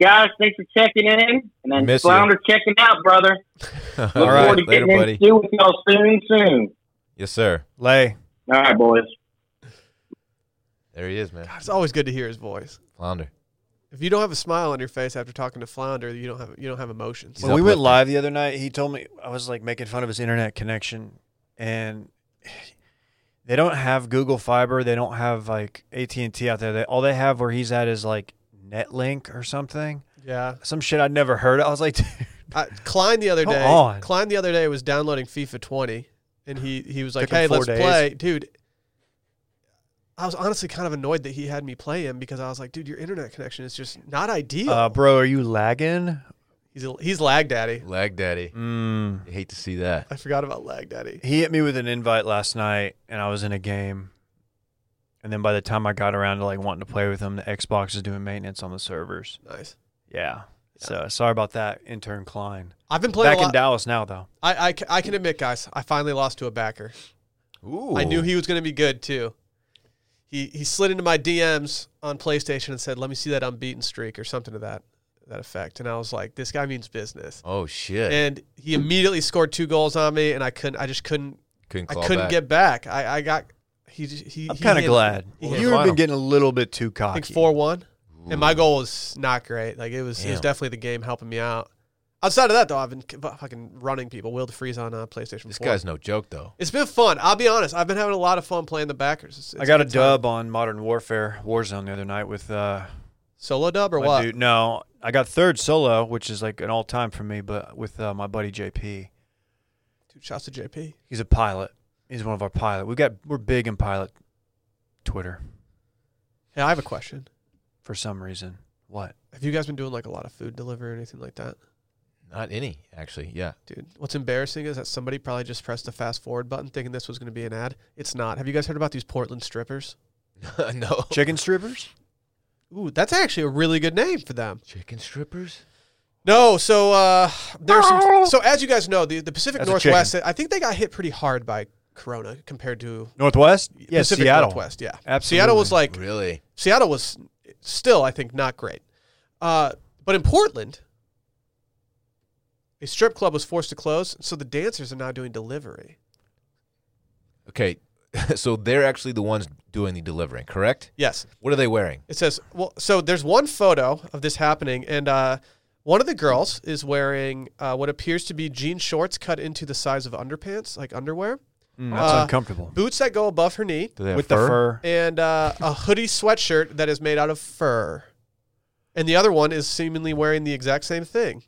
Speaker 4: Guys, thanks for checking in and then
Speaker 2: Miss you.
Speaker 4: Flounder checking out, brother.
Speaker 2: All right,
Speaker 4: Look forward
Speaker 2: later,
Speaker 4: to getting
Speaker 2: buddy.
Speaker 4: into it with y'all soon, soon.
Speaker 2: Yes, sir.
Speaker 3: Lay.
Speaker 4: All right, boys.
Speaker 2: There he is, man.
Speaker 1: God, it's always good to hear his voice.
Speaker 2: Flounder.
Speaker 1: If you don't have a smile on your face after talking to Flounder, you don't have you don't have emotions.
Speaker 2: He's
Speaker 3: when we went
Speaker 2: uplifting.
Speaker 3: live the other night, he told me I was like making fun of his internet connection, and *sighs* they don't have Google Fiber. They don't have like AT and T out there. They, all they have where he's at is like NetLink or something,
Speaker 1: Yeah,
Speaker 3: some shit I'd never heard. of. I was like, *laughs*
Speaker 1: I, Klein the other
Speaker 3: Go
Speaker 1: day.
Speaker 3: on.
Speaker 1: Klein the other day was downloading FIFA 20, and he he was like,
Speaker 3: Took him
Speaker 1: "Hey,
Speaker 3: four
Speaker 1: let's
Speaker 3: days.
Speaker 1: play, dude." I was honestly kind of annoyed that he had me play him because I was like, "Dude, your internet connection is just not ideal."
Speaker 3: uh, "Bro, are you lagging?"
Speaker 1: he's a, he's lag daddy.
Speaker 2: Lag Daddy.
Speaker 3: Mm.
Speaker 2: You hate to see that.
Speaker 1: I forgot about lag daddy.
Speaker 3: He hit me with an invite last night, and I was in a game. And then by the time I got around to like wanting to play with him, the Xbox is doing maintenance on the servers.
Speaker 1: Nice.
Speaker 3: Yeah. So sorry about that, intern Klein.
Speaker 1: I've been playing
Speaker 3: Back
Speaker 1: a
Speaker 3: in
Speaker 1: lot.
Speaker 3: Dallas now, though.
Speaker 1: I, I ca- I can admit, guys, I finally lost to a backer.
Speaker 2: Ooh.
Speaker 1: I knew he was going to be good too. He he slid into my DMs on PlayStation and said, "Let me see that unbeaten streak" or something to that that effect. And I was like, "This guy means business."
Speaker 2: Oh shit.
Speaker 1: And he immediately scored two goals on me, and I couldn't. I just couldn't.
Speaker 2: couldn't
Speaker 1: I
Speaker 2: claw
Speaker 1: couldn't
Speaker 2: back.
Speaker 1: get back. I, I got. He j- he.
Speaker 3: I'm
Speaker 1: he
Speaker 3: kind of
Speaker 1: hit-
Speaker 3: glad.
Speaker 1: he
Speaker 2: Well,
Speaker 1: hit,
Speaker 2: you
Speaker 3: You've
Speaker 2: final.
Speaker 3: been getting a little bit
Speaker 1: I
Speaker 3: too cocky.
Speaker 1: think four one,
Speaker 2: Ooh.
Speaker 1: and my goal was not great. Like it was. It was
Speaker 2: Damn.
Speaker 1: definitely the game helping me out. Outside of that, though, I've been k- fucking running people. Will DeFreeze on uh, PlayStation.
Speaker 2: This
Speaker 1: 4.
Speaker 2: guy's no joke though.
Speaker 1: It's been fun. I'll be honest. I've been having a lot of fun playing the backers. It's-
Speaker 3: I
Speaker 1: it's
Speaker 3: got a
Speaker 1: good time.
Speaker 3: dub on Modern Warfare Warzone the other night with uh,
Speaker 1: Solo dub or
Speaker 3: my
Speaker 1: what?
Speaker 3: dude. No, I got third solo, which is like an all time for me, but with uh, my buddy JP.
Speaker 1: Two shots to JP.
Speaker 3: He's a pilot. He's one of our pilot. We got we're big in pilot Twitter
Speaker 1: Yeah, I have a question.
Speaker 3: for some reason. What?
Speaker 1: Have you guys been doing like a lot of food delivery or anything like that?
Speaker 2: Not any actually. Yeah. *laughs*
Speaker 1: Dude, what's embarrassing is that somebody probably just pressed the fast forward button thinking this was going to be an ad. It's not. Have you guys heard about these Portland strippers?
Speaker 2: no.
Speaker 3: Chicken strippers?
Speaker 1: Ooh, that's actually a really good name for them.
Speaker 2: Chicken strippers.
Speaker 1: No, so uh, there's some, so as you guys know, the, the Pacific
Speaker 3: That's a
Speaker 1: Northwest. I think they got hit pretty hard by Corona compared to
Speaker 3: Northwest? Yeah,
Speaker 1: Pacific
Speaker 3: Seattle.
Speaker 1: Northwest. Yeah,
Speaker 3: Absolutely.
Speaker 1: Seattle was like
Speaker 2: Really?
Speaker 1: Seattle was still, I think, not great. Uh, but in Portland, a strip club was forced to close, so the dancers are now doing delivery.
Speaker 2: Okay. *laughs* so they're actually the ones doing the delivering, correct?
Speaker 1: Yes,
Speaker 2: What are they wearing?
Speaker 1: it says. Well, so there's one photo of this happening, and uh, one of the girls is wearing uh, what appears to be jean shorts cut into the size of underpants, like underwear,
Speaker 3: Mm, that's
Speaker 1: Uh,
Speaker 3: uncomfortable.
Speaker 1: boots that go above her knee,
Speaker 2: Do they have
Speaker 3: with the fur.
Speaker 1: and uh, a hoodie sweatshirt that is made out of fur. And the other one is seemingly wearing the exact same thing.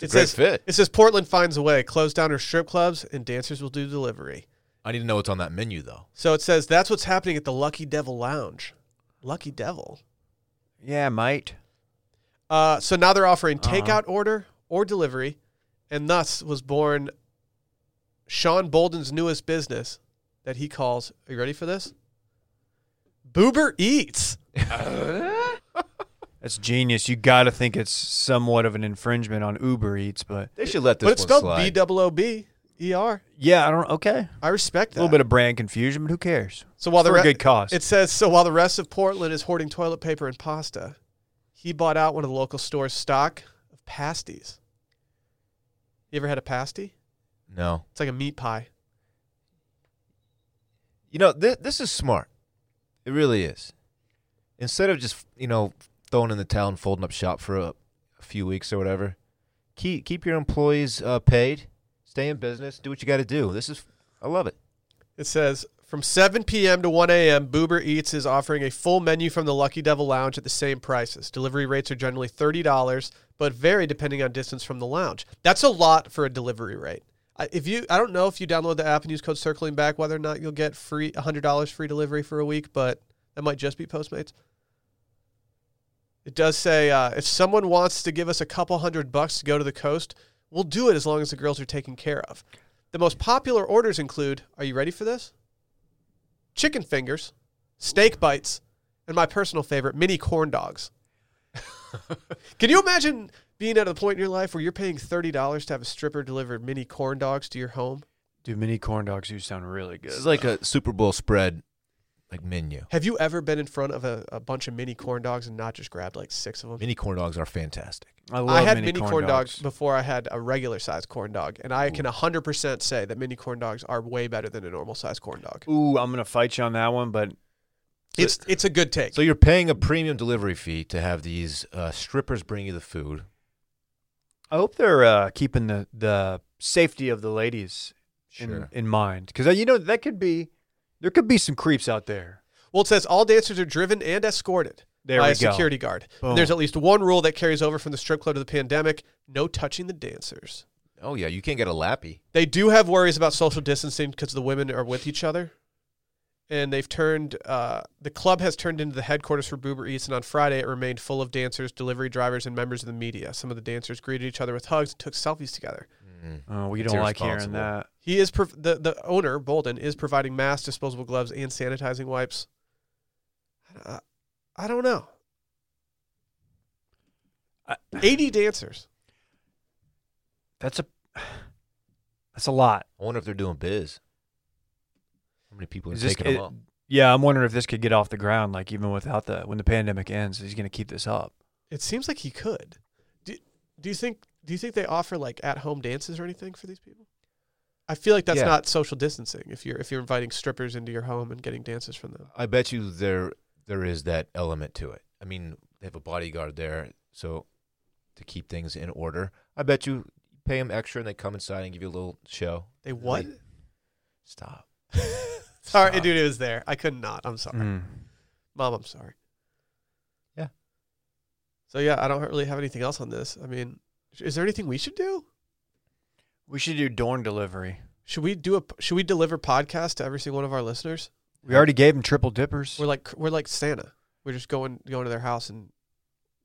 Speaker 2: It's a great
Speaker 1: says,
Speaker 2: fit.
Speaker 1: It says Portland finds a way, close down her strip clubs, and dancers will do delivery.
Speaker 2: I need to know what's on that menu though.
Speaker 1: So it says that's what's happening at the Lucky Devil Lounge. Lucky Devil.
Speaker 3: Yeah, mate.
Speaker 1: Uh, so now they're offering
Speaker 3: Uh-huh.
Speaker 1: takeout order or delivery, and thus was born Sean Bolden's newest business that he calls. Are you ready for this? Boober Eats.
Speaker 3: That's genius. You got to think it's somewhat of an infringement on Uber Eats, but
Speaker 2: They should let this
Speaker 1: but it's
Speaker 2: one
Speaker 1: spelled
Speaker 2: slide.
Speaker 1: B O O B E R.
Speaker 3: yeah, I don't. Okay,
Speaker 1: I respect
Speaker 3: a
Speaker 1: that.
Speaker 3: little bit of brand confusion, but who cares?
Speaker 1: so while the
Speaker 3: for a
Speaker 1: re-
Speaker 3: good cause.
Speaker 1: it says so while the rest of Portland is hoarding toilet paper and pasta, he bought out one of the local store's stock of pasties. You ever had a pasty?
Speaker 2: no.
Speaker 1: It's like a meat pie.
Speaker 2: You know, th- this is smart. It really is. Instead of just you know throwing in the towel and folding up shop for a, a few weeks or whatever, keep keep your employees uh, paid, stay in business, do what you got to do. This is I love it.
Speaker 1: It says from 7 p.m. to 1 a.m. Boober Eats is offering a full menu from the Lucky Devil Lounge at the same prices. Delivery rates are generally thirty dollars, but vary depending on distance from the lounge. That's a lot for a delivery rate. I- If you, I don't know if you download the app and use code Circling Back whether or not you'll get free hundred dollars free delivery for a week, but that might just be Postmates. It does say uh, if someone wants to give us a couple hundred bucks to go to the coast, we'll do it as long as the girls are taken care of. The most popular orders include are you ready for this? Chicken fingers, steak bites, and my personal favorite, mini corn dogs. *laughs* Can you imagine being at a point in your life where you're paying $30 to have a stripper deliver mini corn dogs to your home?
Speaker 3: Dude, mini corn dogs do sound really good.
Speaker 2: This is like a Super Bowl spread, like menu.
Speaker 1: Have you ever been in front of a, a bunch of mini corn dogs and not just grabbed like six of them?
Speaker 2: Mini corn dogs are fantastic.
Speaker 3: I love
Speaker 1: I had
Speaker 3: mini, corn, dogs.
Speaker 1: before I had a regular sized corn dog, and I can 100% say that mini corn dogs are way better than a normal sized corn dog.
Speaker 3: Ooh, I'm gonna fight you on that one, but
Speaker 1: It's it's a good take.
Speaker 2: So you're paying a premium delivery fee to have these uh, strippers bring you the food.
Speaker 3: I hope they're uh, keeping the the safety of the ladies in, in mind because you know that could be there could be some creeps out there.
Speaker 1: Well, it says all dancers are driven and escorted
Speaker 3: There
Speaker 1: by
Speaker 3: we
Speaker 1: a
Speaker 3: go.
Speaker 1: security guard. And
Speaker 3: Boom.
Speaker 1: There's at least one rule that carries over from the strip club to the pandemic: no touching the dancers.
Speaker 2: Oh yeah, you can't get a lappy.
Speaker 1: They do have worries about social distancing because the women are with each other, and they've turned uh, the club has turned into the headquarters for Boober Eats. And on Friday, it remained full of dancers, delivery drivers, and members of the media. Some of the dancers greeted each other with hugs and took selfies together.
Speaker 3: Oh, we
Speaker 2: It's
Speaker 3: don't like hearing
Speaker 2: irresponsible.
Speaker 3: that.
Speaker 1: He is prov- the the owner Bolden is providing masks, disposable gloves, and sanitizing wipes. I, I don't know.
Speaker 3: I-
Speaker 1: Eighty dancers.
Speaker 3: That's a that's a lot.
Speaker 2: I wonder if they're doing biz. How many people are
Speaker 3: Is this-
Speaker 2: taking
Speaker 3: it-
Speaker 2: them up?
Speaker 3: Yeah, I'm wondering if this could get off the ground. Like even without the when the pandemic ends, he's gonna keep this up.
Speaker 1: It seems like he could. Do, do you think? Do you think they offer like at home dances or anything for these people? I feel like that's
Speaker 2: Yeah.
Speaker 1: not social distancing. If you're if you're inviting strippers into your home and getting dances from them,
Speaker 2: I bet you there there is that element to it. I mean, they have a bodyguard there, so to keep things in order. I bet you pay them extra and they come inside and give you a little show.
Speaker 1: They what?
Speaker 2: Like, Stop. *laughs*
Speaker 1: Sorry,
Speaker 2: Stop.
Speaker 1: dude, it was there. I could not. I'm sorry,
Speaker 3: Mm.
Speaker 1: mom. I'm sorry.
Speaker 2: Yeah.
Speaker 1: So yeah, I don't really have anything else on this. I mean, is there anything we should do?
Speaker 3: We should do dorm delivery.
Speaker 1: Should we do a? Should we deliver podcasts to every single one of our listeners?
Speaker 3: We already gave them triple dippers.
Speaker 1: We're like we're like Santa. We're just going going to their house and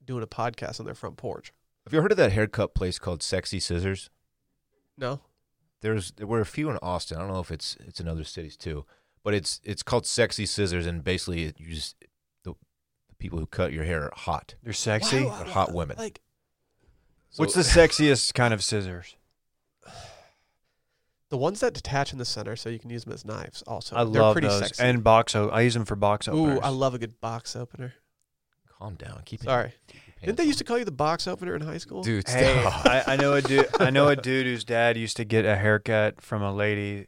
Speaker 1: doing a podcast on their front porch.
Speaker 2: Have you heard of that haircut place called Sexy Scissors?
Speaker 1: No,
Speaker 2: There's there were a few in Austin. I don't know if it's it's in other cities too, but it's it's called Sexy Scissors, and basically it, you just the, the people who cut your hair are hot.
Speaker 3: They're sexy.
Speaker 1: Why- why-
Speaker 2: They're hot women.
Speaker 1: Like
Speaker 2: So-
Speaker 3: What's
Speaker 1: *laughs*
Speaker 3: the sexiest kind of scissors?
Speaker 1: the ones that detach in the center, so you can use them as knives. Also,
Speaker 3: I
Speaker 1: they're
Speaker 3: love
Speaker 1: pretty
Speaker 3: those.
Speaker 1: sexy.
Speaker 3: And box. O- I use them for box openers.
Speaker 1: Ooh, I love a good box opener.
Speaker 2: Calm down. Keep your-
Speaker 1: Sorry,
Speaker 2: keep your
Speaker 1: didn't they
Speaker 2: pants
Speaker 1: used to call you the box opener in high school?
Speaker 2: on. dude?
Speaker 3: Hey,
Speaker 1: *laughs*
Speaker 2: Stop.
Speaker 3: I, I know a dude. I know a dude whose dad used to get a haircut from a lady,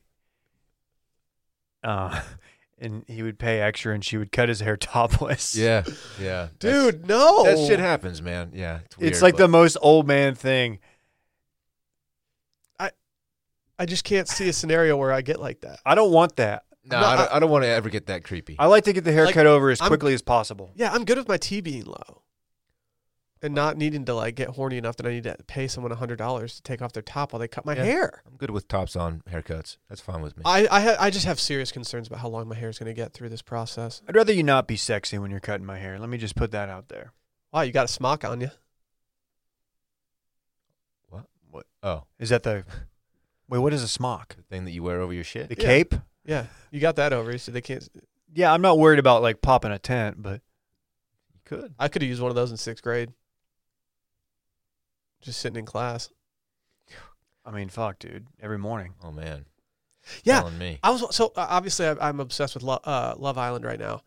Speaker 3: uh, *laughs* and he would pay extra, and she would cut his hair *laughs* topless.
Speaker 2: yeah, yeah, That's-
Speaker 1: dude, no.
Speaker 2: That shit happens, man. Yeah, it's, weird,
Speaker 3: it's like
Speaker 2: but-
Speaker 3: the most old man thing.
Speaker 1: I just can't see a scenario where I get like that.
Speaker 3: I don't want that.
Speaker 2: No,
Speaker 1: No,
Speaker 2: I don't, I, don't want to ever get that creepy.
Speaker 3: I like to get the haircut over as
Speaker 1: I'm-
Speaker 3: quickly as possible.
Speaker 1: Yeah, I'm good with my T being low, and not needing to like get horny enough that I need to pay someone hundred dollars to take off their top while they cut my
Speaker 2: Yeah.
Speaker 1: hair.
Speaker 2: I'm good with tops on haircuts. That's fine with me.
Speaker 1: I I, ha- I just have serious concerns about how long my hair is going to get through this process.
Speaker 3: I'd rather you not be sexy when you're cutting my hair. Let me just put that out there.
Speaker 1: Wow, you got a smock on you.
Speaker 2: oh,
Speaker 3: Is that the wait? What is a smock?
Speaker 2: the thing that you wear over your shit.
Speaker 3: The
Speaker 1: Yeah.
Speaker 3: cape?
Speaker 1: Yeah, you got that over you, so they can't.
Speaker 3: Yeah, I'm not worried about like popping a tent, but
Speaker 2: You could.
Speaker 1: I could have used one of those in sixth grade. Just sitting in class.
Speaker 3: I mean, fuck, dude, every morning.
Speaker 2: Oh man.
Speaker 1: Yeah.
Speaker 2: Telling me.
Speaker 1: I was so uh, obviously I, I'm obsessed with Lo- uh, Love Island right now,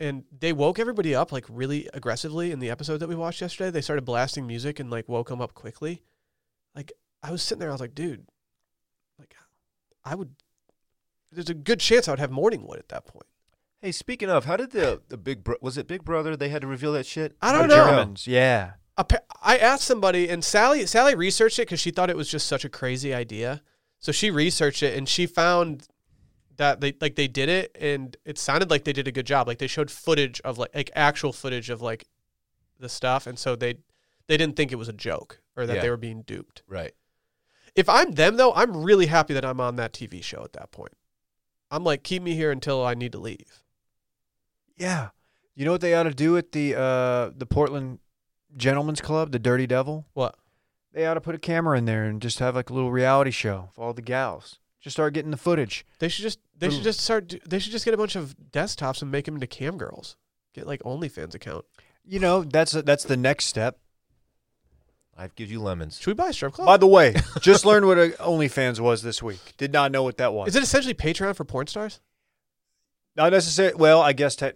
Speaker 1: and they woke everybody up like really aggressively in the episode that we watched yesterday. They started blasting music and like woke them up quickly. Like I was sitting there, I was like, dude, like I would. There's a good chance I would have morning wood at that point.
Speaker 2: Hey, speaking of, how did the the big bro- was it Big Brother? They had to reveal that shit.
Speaker 1: I don't
Speaker 3: The
Speaker 1: know.
Speaker 3: Germans, yeah.
Speaker 1: appa- I asked somebody, and Sally Sally researched it because she thought it was just such a crazy idea. So she researched it, and she found that they like they did it, and it sounded like they did a good job. Like they showed footage of like like actual footage of like the stuff, and so they they didn't think it was a joke or that
Speaker 2: Yeah.
Speaker 1: they were being duped.
Speaker 2: Right.
Speaker 1: If I'm them though, I'm really happy that I'm on that TV show at that point. I'm like, keep me here until I need to leave.
Speaker 3: Yeah. You know what they ought to do at the uh the Portland Gentlemen's Club, the Dirty Devil?
Speaker 1: What?
Speaker 3: They ought to put a camera in there and just have like a little reality show for all the gals. Just start getting the footage.
Speaker 1: They should just they should
Speaker 3: Ooh.
Speaker 1: just start. do- They should just get a bunch of desktops and make them into cam girls. Get like OnlyFans account.
Speaker 3: You know, that's that's the next step.
Speaker 2: Life gives you lemons.
Speaker 1: Should we buy a strip club?
Speaker 3: By the way, just
Speaker 1: *laughs*
Speaker 3: learned what a OnlyFans was this week. Did not know what that was.
Speaker 1: is it essentially Patreon for porn stars?
Speaker 3: Not necessarily. Well, I guess te-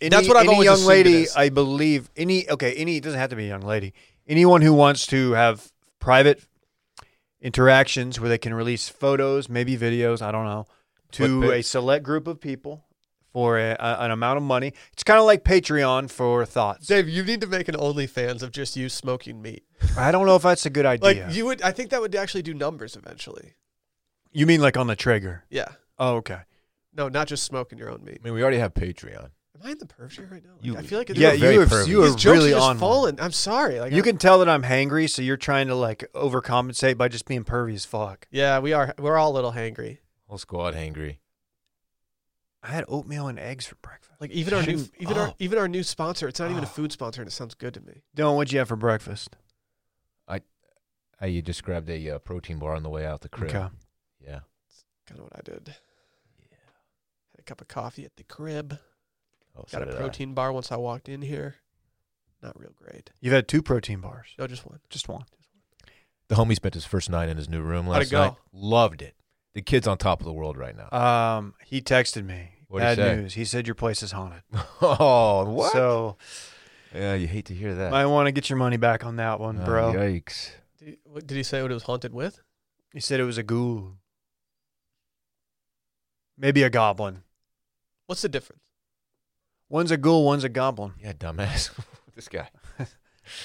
Speaker 3: any,
Speaker 1: That's what I've
Speaker 3: any
Speaker 1: always
Speaker 3: young
Speaker 1: assumed it
Speaker 3: lady,
Speaker 1: is.
Speaker 3: I believe any okay, any it doesn't have to be a young lady. Anyone who wants to have private interactions where they can release photos, maybe videos, I don't know,
Speaker 2: Foot
Speaker 3: to a
Speaker 2: pics.
Speaker 3: select group of people for a, a, an amount of money. It's kind of like Patreon for thoughts.
Speaker 1: Dave, you need to make an OnlyFans of just you smoking meat.
Speaker 3: I don't know if that's a good
Speaker 1: Like
Speaker 3: idea. you-,
Speaker 1: you would, I think that would actually do numbers eventually.
Speaker 3: mean like on the trigger?
Speaker 1: Yeah.
Speaker 3: Oh, okay.
Speaker 1: No, not just smoking your own meat.
Speaker 2: I mean, we already have Patreon.
Speaker 1: Am I in the perv share right now? Like,
Speaker 2: You-
Speaker 1: I feel like it's
Speaker 3: yeah,
Speaker 2: were
Speaker 1: these
Speaker 2: very
Speaker 3: you have,
Speaker 2: pervy.
Speaker 3: you are
Speaker 1: jokes
Speaker 3: really
Speaker 1: are just
Speaker 3: on. one.
Speaker 1: fallen. I'm sorry. Like
Speaker 3: You
Speaker 1: I'm-
Speaker 3: can tell that I'm hangry, so you're trying to like overcompensate by just being pervy as fuck.
Speaker 1: Yeah, we are. We're all a little hangry.
Speaker 2: Whole squad hangry.
Speaker 3: I had oatmeal and eggs for breakfast.
Speaker 1: Like even our new,
Speaker 3: Shouldn't-
Speaker 1: even
Speaker 3: oh.
Speaker 1: our, even our new sponsor. It's not even a
Speaker 3: Oh.
Speaker 1: food sponsor, and it sounds good to me.
Speaker 3: Dylan, what'd you have for breakfast?
Speaker 2: Hey, you just grabbed a uh, protein bar on the way out the crib.
Speaker 3: Okay.
Speaker 2: Yeah.
Speaker 1: Kind of what I did. Yeah. Had a cup of coffee at the crib.
Speaker 2: Oh, so
Speaker 1: Got
Speaker 2: did
Speaker 1: a
Speaker 2: I.
Speaker 1: protein bar once I walked in here. Not real great.
Speaker 3: You've had two protein bars.
Speaker 1: No, just one.
Speaker 3: Just one.
Speaker 2: The homie spent his first night in his new room
Speaker 1: How'd
Speaker 2: last
Speaker 1: it go?
Speaker 2: night. Loved it. The kid's on top of the world right now. *laughs*
Speaker 3: Um, he texted me.
Speaker 2: What'd he
Speaker 3: Bad
Speaker 2: say?
Speaker 3: news. He said your place is haunted.
Speaker 2: oh, what?
Speaker 3: So
Speaker 2: yeah, you hate to hear that,
Speaker 3: might want to get your money back on that one,
Speaker 2: Oh,
Speaker 3: bro.
Speaker 2: Yikes.
Speaker 1: Did, what, did he say what it was haunted with?
Speaker 3: He said it was a ghoul. Maybe a goblin.
Speaker 1: What's the difference?
Speaker 3: One's a ghoul, one's a goblin.
Speaker 2: *laughs* Yeah, dumbass. this guy.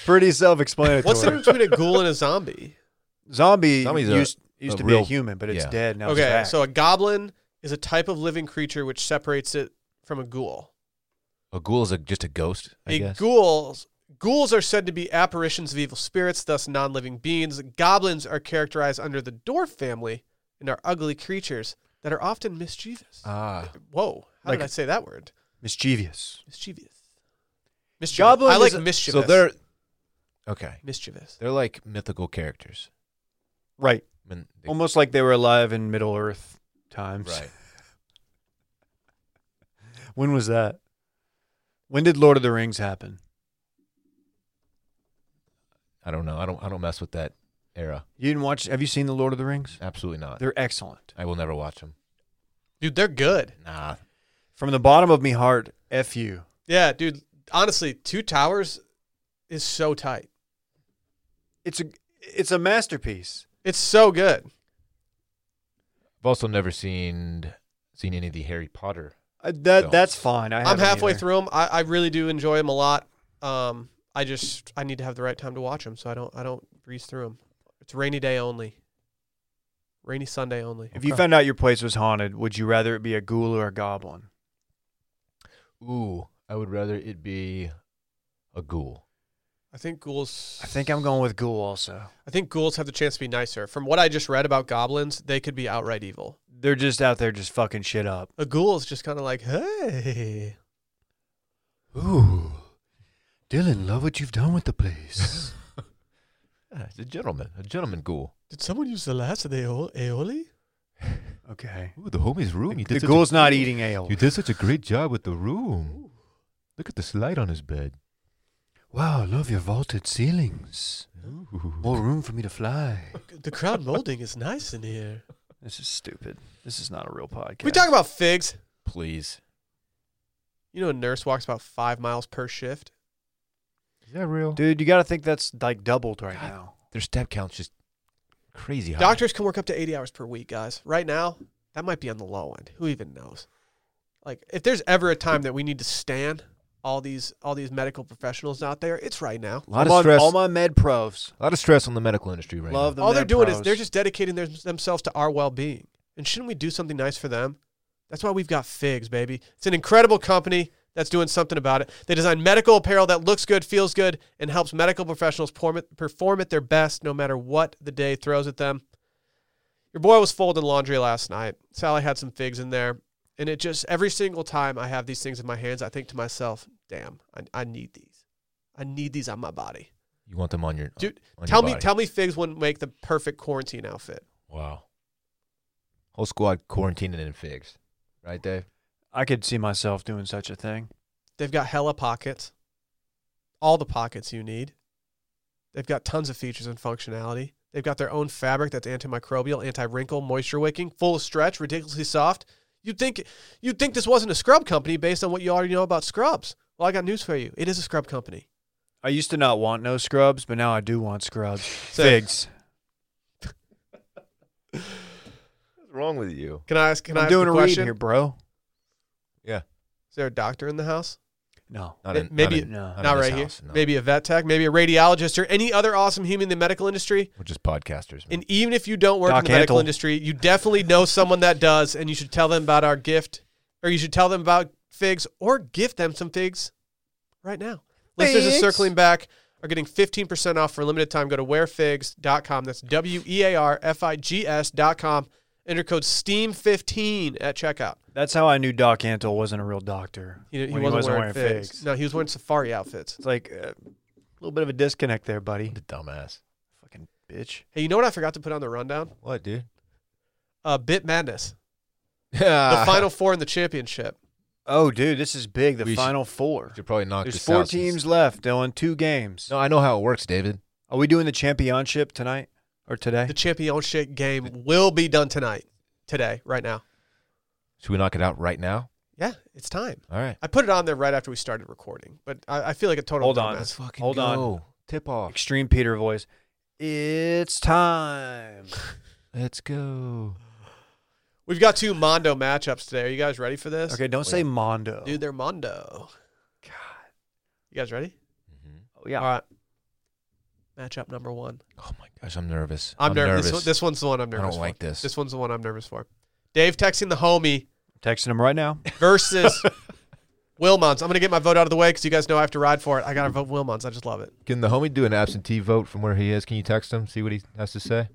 Speaker 3: Pretty self-explanatory.
Speaker 1: What's the difference between a ghoul and a
Speaker 2: *laughs*
Speaker 1: zombie?
Speaker 3: Zombie
Speaker 2: Zombie's a-
Speaker 3: used, used
Speaker 2: a
Speaker 3: to be a
Speaker 2: real-
Speaker 3: human, but it's
Speaker 2: yeah.
Speaker 3: dead now.
Speaker 1: okay,
Speaker 3: it's back.
Speaker 1: so a goblin is a type of living creature which separates it from a ghoul.
Speaker 2: A ghoul is a, just a ghost, I
Speaker 1: A
Speaker 2: guess.
Speaker 1: ghouls ghouls are said to be apparitions of evil spirits, thus non-living beings. Goblins are characterized under the dwarf family and are ugly creatures that are often mischievous.
Speaker 2: Ah,
Speaker 1: Whoa, how
Speaker 3: like-
Speaker 1: did I say that word?
Speaker 3: mischievous.
Speaker 1: Mischievous. Mischievous.
Speaker 3: Goblin
Speaker 1: I like
Speaker 3: is a-
Speaker 1: mischievous.
Speaker 2: so they're okay.
Speaker 1: mischievous.
Speaker 2: They're like mythical characters.
Speaker 3: Right.
Speaker 2: I mean, they-
Speaker 3: Almost like they were alive in Middle Earth times.
Speaker 2: right.
Speaker 3: *laughs* When was that? When did Lord of the Rings happen?
Speaker 2: I don't know. I don't. I don't mess with that era.
Speaker 3: You didn't watch? Have you seen the Lord of the Rings?
Speaker 2: Absolutely not.
Speaker 3: They're excellent.
Speaker 2: I will never watch them.
Speaker 1: Dude, they're good.
Speaker 2: Nah.
Speaker 3: From the bottom of me heart, f you.
Speaker 1: Yeah, dude. Honestly, Two Towers is so tight.
Speaker 3: It's a it's a masterpiece.
Speaker 1: It's so good.
Speaker 2: I've also never seen seen any of the Harry Potter.
Speaker 3: Uh, that
Speaker 2: Films.
Speaker 3: that's fine. I
Speaker 1: I'm
Speaker 3: haven't
Speaker 1: halfway
Speaker 3: either.
Speaker 1: through them. I, I really do enjoy them a lot. Um, I just I need to have the right time to watch them, so I don't I don't breeze through them. It's rainy day only. Rainy Sunday only.
Speaker 3: If you found out your place was haunted, would you rather it be a ghoul or a goblin?
Speaker 2: Ooh, I would rather it be a ghoul.
Speaker 1: I think ghouls.
Speaker 3: I think I'm going with ghoul. Also,
Speaker 1: I think ghouls have the chance to be nicer. From what I just read about goblins, they could be outright evil.
Speaker 3: they're just out there just fucking shit up.
Speaker 1: A ghoul is just kind of like, hey,
Speaker 3: Ooh, Dylan, love what you've done with the place.
Speaker 2: *laughs* Yeah, it's a gentleman, a gentleman ghoul.
Speaker 1: did someone use the last of the aioli?
Speaker 3: okay,
Speaker 2: Ooh, the homie's room. You
Speaker 3: the ghoul's not eating ale.
Speaker 2: did such a great job with the room. Look at the slide on his bed.
Speaker 3: Wow, love your vaulted ceilings. More room for me to fly.
Speaker 1: The crown molding is nice in here.
Speaker 3: This is stupid. This is not a real podcast.
Speaker 1: We talk about figs.
Speaker 2: Please.
Speaker 1: You know, a nurse walks about five miles per shift.
Speaker 2: Is that real?
Speaker 3: dude. You got to think that's like doubled right
Speaker 2: God.
Speaker 3: now.
Speaker 2: Their step count's just crazy high.
Speaker 1: Doctors can work up to 80 hours per week, guys. Right now, that might be on the low end. Who even knows? Like if there's ever a time that we need to stand all these all these medical professionals out there, it's right now.
Speaker 2: a lot
Speaker 3: I'm
Speaker 2: of
Speaker 3: on
Speaker 2: stress.
Speaker 3: All my med pros.
Speaker 2: a lot of stress on the medical industry right
Speaker 3: Love
Speaker 2: now.
Speaker 3: the
Speaker 1: all they're
Speaker 3: med
Speaker 1: doing is
Speaker 3: pros.
Speaker 1: they're just dedicating their, themselves to our well-being. And shouldn't we do something nice for them? That's why we've got Figs, baby. It's an incredible company that's doing something about it. They design medical apparel that looks good, feels good, and helps medical professionals perform at, perform at their best no matter what the day throws at them. Your boy was folding laundry last night. Sally had some figs in there. And it just, every single time I have these things in my hands, I think to myself, damn, I, I need these. I need these on my body.
Speaker 2: You want them on your
Speaker 1: Dude,
Speaker 2: on your
Speaker 1: Tell me,
Speaker 2: body.
Speaker 1: tell me, figs wouldn't make the perfect quarantine outfit.
Speaker 2: Wow. Whole squad quarantining in figs, right, Dave?
Speaker 3: I could see myself doing such a thing.
Speaker 1: They've got hella pockets, all the pockets you need. They've got tons of features and functionality. They've got their own fabric that's antimicrobial, anti-wrinkle, moisture wicking, full of stretch, ridiculously soft. You'd think you'd think this wasn't a scrub company based on what you already know about scrubs. Well, I got news for you. It is a scrub company.
Speaker 3: I used to not want no scrubs, but now I do want scrubs.
Speaker 1: *laughs* So-
Speaker 3: Figs.
Speaker 2: What's wrong with you?
Speaker 1: Can I ask? Can I
Speaker 3: I'm
Speaker 1: ask
Speaker 3: doing
Speaker 1: a
Speaker 3: a read
Speaker 1: question?
Speaker 3: here, bro.
Speaker 1: Is there a doctor in the house?
Speaker 3: No.
Speaker 2: Not
Speaker 1: Ma-
Speaker 2: in,
Speaker 1: maybe-
Speaker 2: not, in,
Speaker 3: No.
Speaker 2: not,
Speaker 1: Not
Speaker 2: in this
Speaker 1: right
Speaker 2: house,
Speaker 1: here.
Speaker 2: no.
Speaker 1: Maybe a vet tech, maybe a radiologist, or any other awesome human in the medical industry.
Speaker 2: we're just podcasters. Man.
Speaker 1: And even if you don't work
Speaker 3: Doc
Speaker 1: in the medical
Speaker 3: Antle.
Speaker 1: industry, you definitely know someone that does, and you should tell them about our gift, or you should tell them about figs, or gift them some figs right now. Listeners of
Speaker 3: Figs.
Speaker 1: Circling Back are getting 15% off for a limited time. Go to wearfigs.com. That's W E A R F I G S.com. Enter code STEAM15 at checkout.
Speaker 3: That's how I knew Doc Antle wasn't a real doctor.
Speaker 1: He, he
Speaker 3: when
Speaker 1: wasn't, wearing, figs. No, he was wearing safari outfits.
Speaker 3: It's like uh, a little bit of a disconnect there, buddy.
Speaker 2: The dumbass.
Speaker 3: Fucking bitch.
Speaker 1: Hey, you know what I forgot to put on the rundown?
Speaker 2: What, dude? *laughs*
Speaker 1: Uh, Bit Madness. The *laughs*
Speaker 2: Yeah.
Speaker 1: final four in the championship.
Speaker 3: Oh, dude, this is big. The
Speaker 2: We should-
Speaker 3: final four.
Speaker 2: Should probably knock
Speaker 3: There's
Speaker 2: this
Speaker 3: four
Speaker 2: out since-
Speaker 3: teams left, Dylan. Two games.
Speaker 2: No, I know how it works, David.
Speaker 3: Are we doing the championship tonight or today?
Speaker 1: The championship game will be done tonight, today, right now.
Speaker 2: Should we knock it out right now?
Speaker 1: Yeah, it's time.
Speaker 2: All right.
Speaker 1: I put it on there right after we started recording, but I, I feel like a total
Speaker 3: Hold on.
Speaker 1: dumbass.
Speaker 2: Let's fucking
Speaker 3: Hold on.
Speaker 2: go. Tip off.
Speaker 3: Extreme Peter voice.
Speaker 1: *laughs*
Speaker 3: It's time.
Speaker 2: Let's go.
Speaker 1: We've got two Mondo matchups today. Are you guys ready for this?
Speaker 3: Okay, don't say Mondo.
Speaker 1: Dude, they're Mondo.
Speaker 3: God.
Speaker 1: You guys ready?
Speaker 2: Mm-hmm.
Speaker 3: Oh, yeah.
Speaker 1: All right. matchup number one.
Speaker 2: Oh my gosh, I'm nervous.
Speaker 1: I'm, nervous. This, one- this one's the one I'm
Speaker 2: I
Speaker 1: nervous.
Speaker 2: don't
Speaker 1: for.
Speaker 2: like this.
Speaker 1: This one's the one I'm nervous for. Dave texting the homie
Speaker 3: texting him right now.
Speaker 1: versus Wilmons. I'm gonna get my vote out of the way because you guys know I have to ride for it. I gotta vote Wilmons. I just love it.
Speaker 2: Can the homie do an absentee vote from where he is? Can you text him? See what he has to say.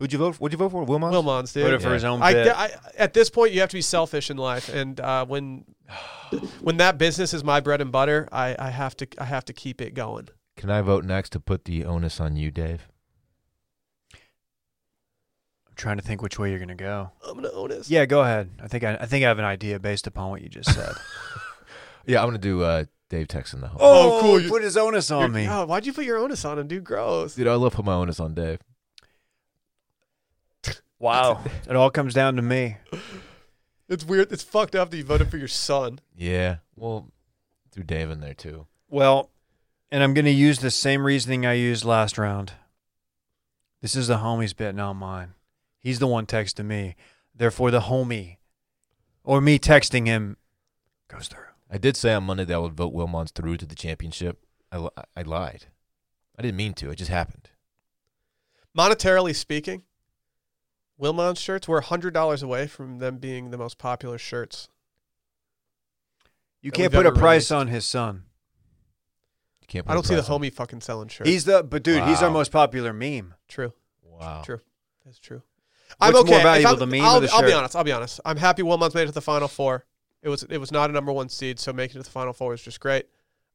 Speaker 2: Would you vote? Would you vote for Wilmot?
Speaker 1: Wilmons, dude.
Speaker 3: Voted for
Speaker 2: Yeah.
Speaker 3: his own
Speaker 1: I,
Speaker 3: bit.
Speaker 1: I, at this point, you have to be selfish in life, and uh, when when that business is my bread and butter, I, I have to I have to keep it going.
Speaker 2: Can I vote next to put the onus on you, Dave?
Speaker 3: I'm trying to think which way you're gonna go.
Speaker 1: I'm gonna own this.
Speaker 3: Yeah, go ahead. I think I, I think I have an idea based upon what you just said.
Speaker 2: Yeah, I'm gonna do uh, Dave texting the
Speaker 1: *laughs*
Speaker 2: homie.
Speaker 1: Oh, cool. You-
Speaker 3: Put his onus on me.
Speaker 1: Oh, why'd you put your onus on him, dude? Gross.
Speaker 2: Dude, I love putting my onus on Dave.
Speaker 1: *laughs*
Speaker 3: Wow, it all comes down to me.
Speaker 1: It's weird. It's fucked up that you voted for your son.
Speaker 2: Yeah. Well, threw Dave in there too.
Speaker 3: Well, and I'm gonna use the same reasoning I used last round. This is the homie's bit, not mine. He's the one texting me. Therefore, the homie, or me texting him, goes through.
Speaker 2: I did say on Monday that I would vote Wilmons through to the championship. I, li- I lied. I didn't mean to. It just happened.
Speaker 1: Monetarily speaking, Wilmons shirts were hundred dollars away from them being the most popular shirts.
Speaker 3: You
Speaker 1: That
Speaker 3: can't
Speaker 1: we've
Speaker 3: put a
Speaker 1: ever
Speaker 3: price
Speaker 1: released.
Speaker 3: on his son.
Speaker 2: You can't. put
Speaker 1: I
Speaker 2: a
Speaker 1: don't see the
Speaker 2: price on-
Speaker 1: homie fucking selling shirts.
Speaker 3: He's the but dude, he's our
Speaker 2: Wow.
Speaker 3: most popular meme.
Speaker 1: True.
Speaker 2: Wow.
Speaker 1: True. That's true.
Speaker 3: more
Speaker 1: If
Speaker 3: valuable,
Speaker 1: I'm-
Speaker 3: the meme or
Speaker 1: I'll,
Speaker 3: the
Speaker 1: I'll be
Speaker 3: shirt?
Speaker 1: honest. I'll be honest. I'm happy Wilmot's made it to the final four. It was it was not a number one seed, so making it to the final four was just great.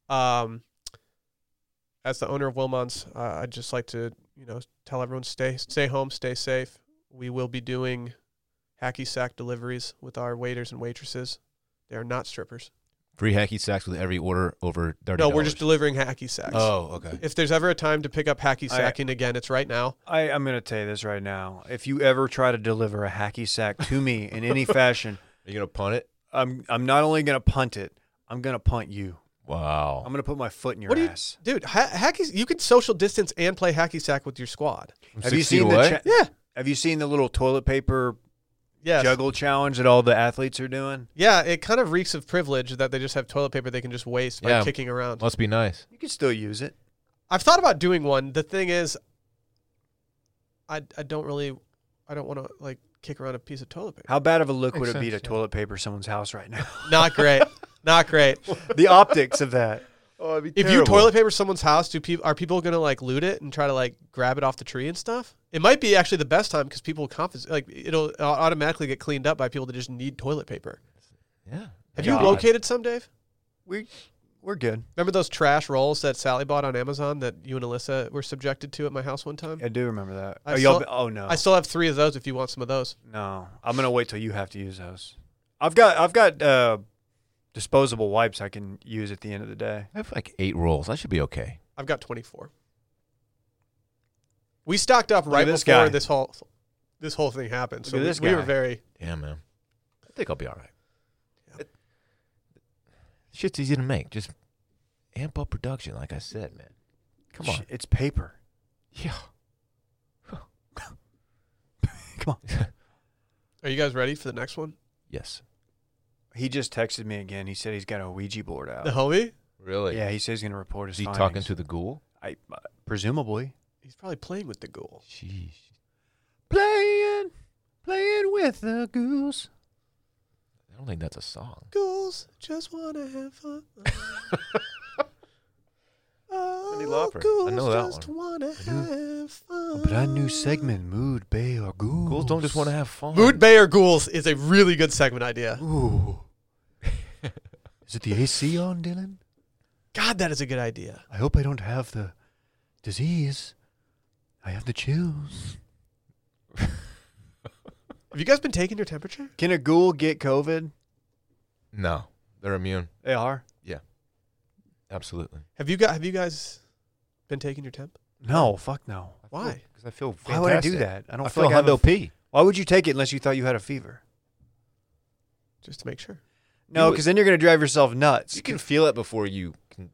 Speaker 1: Um, as the owner of Wilmot's, uh, I'd just like to you know tell everyone stay stay home, stay safe. We will be doing hacky sack deliveries with our waiters and waitresses. They are not strippers.
Speaker 2: Free hacky sacks with every order over thirty.
Speaker 1: No, we're just delivering hacky sacks.
Speaker 2: Oh, okay.
Speaker 1: If there's ever a time to pick up hacky
Speaker 3: I-
Speaker 1: sacking again, it's right now.
Speaker 3: I, I'm gonna tell you this right now. If you ever try to deliver a hacky sack to me
Speaker 1: *laughs*
Speaker 3: in any fashion,
Speaker 2: Are you gonna punt it?
Speaker 3: I'm I'm not only gonna punt it, I'm gonna punt you.
Speaker 2: Wow.
Speaker 3: I'm gonna put my foot in your
Speaker 1: What do you,
Speaker 3: ass.
Speaker 1: dude? Ha- hacky, you can social distance and play hacky sack with your squad.
Speaker 2: From
Speaker 3: Have you
Speaker 2: six feet
Speaker 3: seen the
Speaker 2: away?
Speaker 3: cha-
Speaker 1: Yeah.
Speaker 3: Have you seen the little toilet paper
Speaker 1: Yes.
Speaker 3: juggle challenge that all the athletes are doing?
Speaker 1: Yeah, it kind of reeks of privilege that they just have toilet paper they can just waste by
Speaker 2: Yeah.
Speaker 1: kicking around.
Speaker 2: Must be nice.
Speaker 3: You can still use it.
Speaker 1: I've thought about doing one. The thing is, I I don't really, I don't want to like kick around a piece of toilet paper.
Speaker 3: How bad of a look would
Speaker 2: Makes
Speaker 3: it be to
Speaker 2: sense, yeah.
Speaker 3: toilet paper someone's house right now? *laughs*
Speaker 1: Not great. Not great.
Speaker 3: the optics of that.
Speaker 2: Oh, it'd be
Speaker 1: If you toilet paper someone's house, do people are people gonna like loot it and try to like grab it off the tree and stuff? It might be actually the best time because people will confis- like it'll au- automatically get cleaned up by people that just need toilet paper.
Speaker 2: yeah.
Speaker 1: Have
Speaker 3: God.
Speaker 1: you located some, Dave?
Speaker 3: We we're good.
Speaker 1: Remember those trash rolls that Sally bought on Amazon that you and Alyssa were subjected to at my house one time?
Speaker 3: I do remember that.
Speaker 1: I
Speaker 3: oh, y'all,
Speaker 1: saw-
Speaker 3: be- oh no.
Speaker 1: I still have three of those if you want some of those.
Speaker 3: No, I'm gonna wait till you have to use those. I've got I've got uh, disposable wipes I can use at the end of the day.
Speaker 2: I have like eight rolls. I should be okay.
Speaker 1: I've got 24. We stocked up
Speaker 3: at
Speaker 1: right
Speaker 3: this
Speaker 1: before
Speaker 3: guy.
Speaker 1: this whole this whole thing happened.
Speaker 3: Look
Speaker 1: so
Speaker 3: at
Speaker 1: we,
Speaker 3: this
Speaker 1: we were
Speaker 3: guy.
Speaker 1: very
Speaker 2: Yeah, man. I think I'll be all right. It- Shit's easy to make. Just amp up production, like I said, man. Come
Speaker 3: Sh-
Speaker 2: on.
Speaker 3: it's paper.
Speaker 2: Yeah.
Speaker 3: Come on.
Speaker 1: Are you guys ready for the next one?
Speaker 2: Yes.
Speaker 3: He just texted me again. He said he's got a Ouija board out.
Speaker 1: The homie?
Speaker 2: Really?
Speaker 3: yeah, he says he's gonna report his.
Speaker 2: Is he talking
Speaker 3: findings.
Speaker 2: to the ghoul?
Speaker 3: I uh, presumably
Speaker 1: He's probably playing with the ghoul.
Speaker 2: Jeez.
Speaker 3: playing, playing with the goose.
Speaker 2: I don't think that's a song.
Speaker 1: Ghouls just want to have fun.
Speaker 3: *laughs*
Speaker 2: Cyndi
Speaker 1: oh,
Speaker 2: Lauper. I
Speaker 1: ghouls
Speaker 2: know that
Speaker 1: just want to have fun.
Speaker 3: Brand new segment, mood, bay, or goose.
Speaker 2: Ghouls don't just want to have fun.
Speaker 1: Mood Bayer Ghouls is a really good segment idea.
Speaker 3: Ooh. Is it the AC on, Dylan?
Speaker 1: God, that is a good idea.
Speaker 3: I hope I don't have the disease. I have the chills.
Speaker 1: Have you guys been taking your temperature?
Speaker 3: Can a ghoul get COVID?
Speaker 2: no, they're immune.
Speaker 3: They are.
Speaker 2: Absolutely.
Speaker 1: Have you got? Have you guys been taking your temp?
Speaker 3: No, fuck no.
Speaker 1: Why?
Speaker 2: Because I feel.
Speaker 3: Why would I do
Speaker 2: fantastic.
Speaker 3: that? I don't
Speaker 2: I
Speaker 3: feel
Speaker 2: feel
Speaker 3: like I have a
Speaker 2: Hundo
Speaker 3: f-
Speaker 2: P.
Speaker 3: Why would you take it unless you thought you had a fever?
Speaker 1: Just to make sure.
Speaker 3: No,
Speaker 2: You would-
Speaker 3: because then you're gonna drive yourself nuts.
Speaker 2: You can feel it before you can,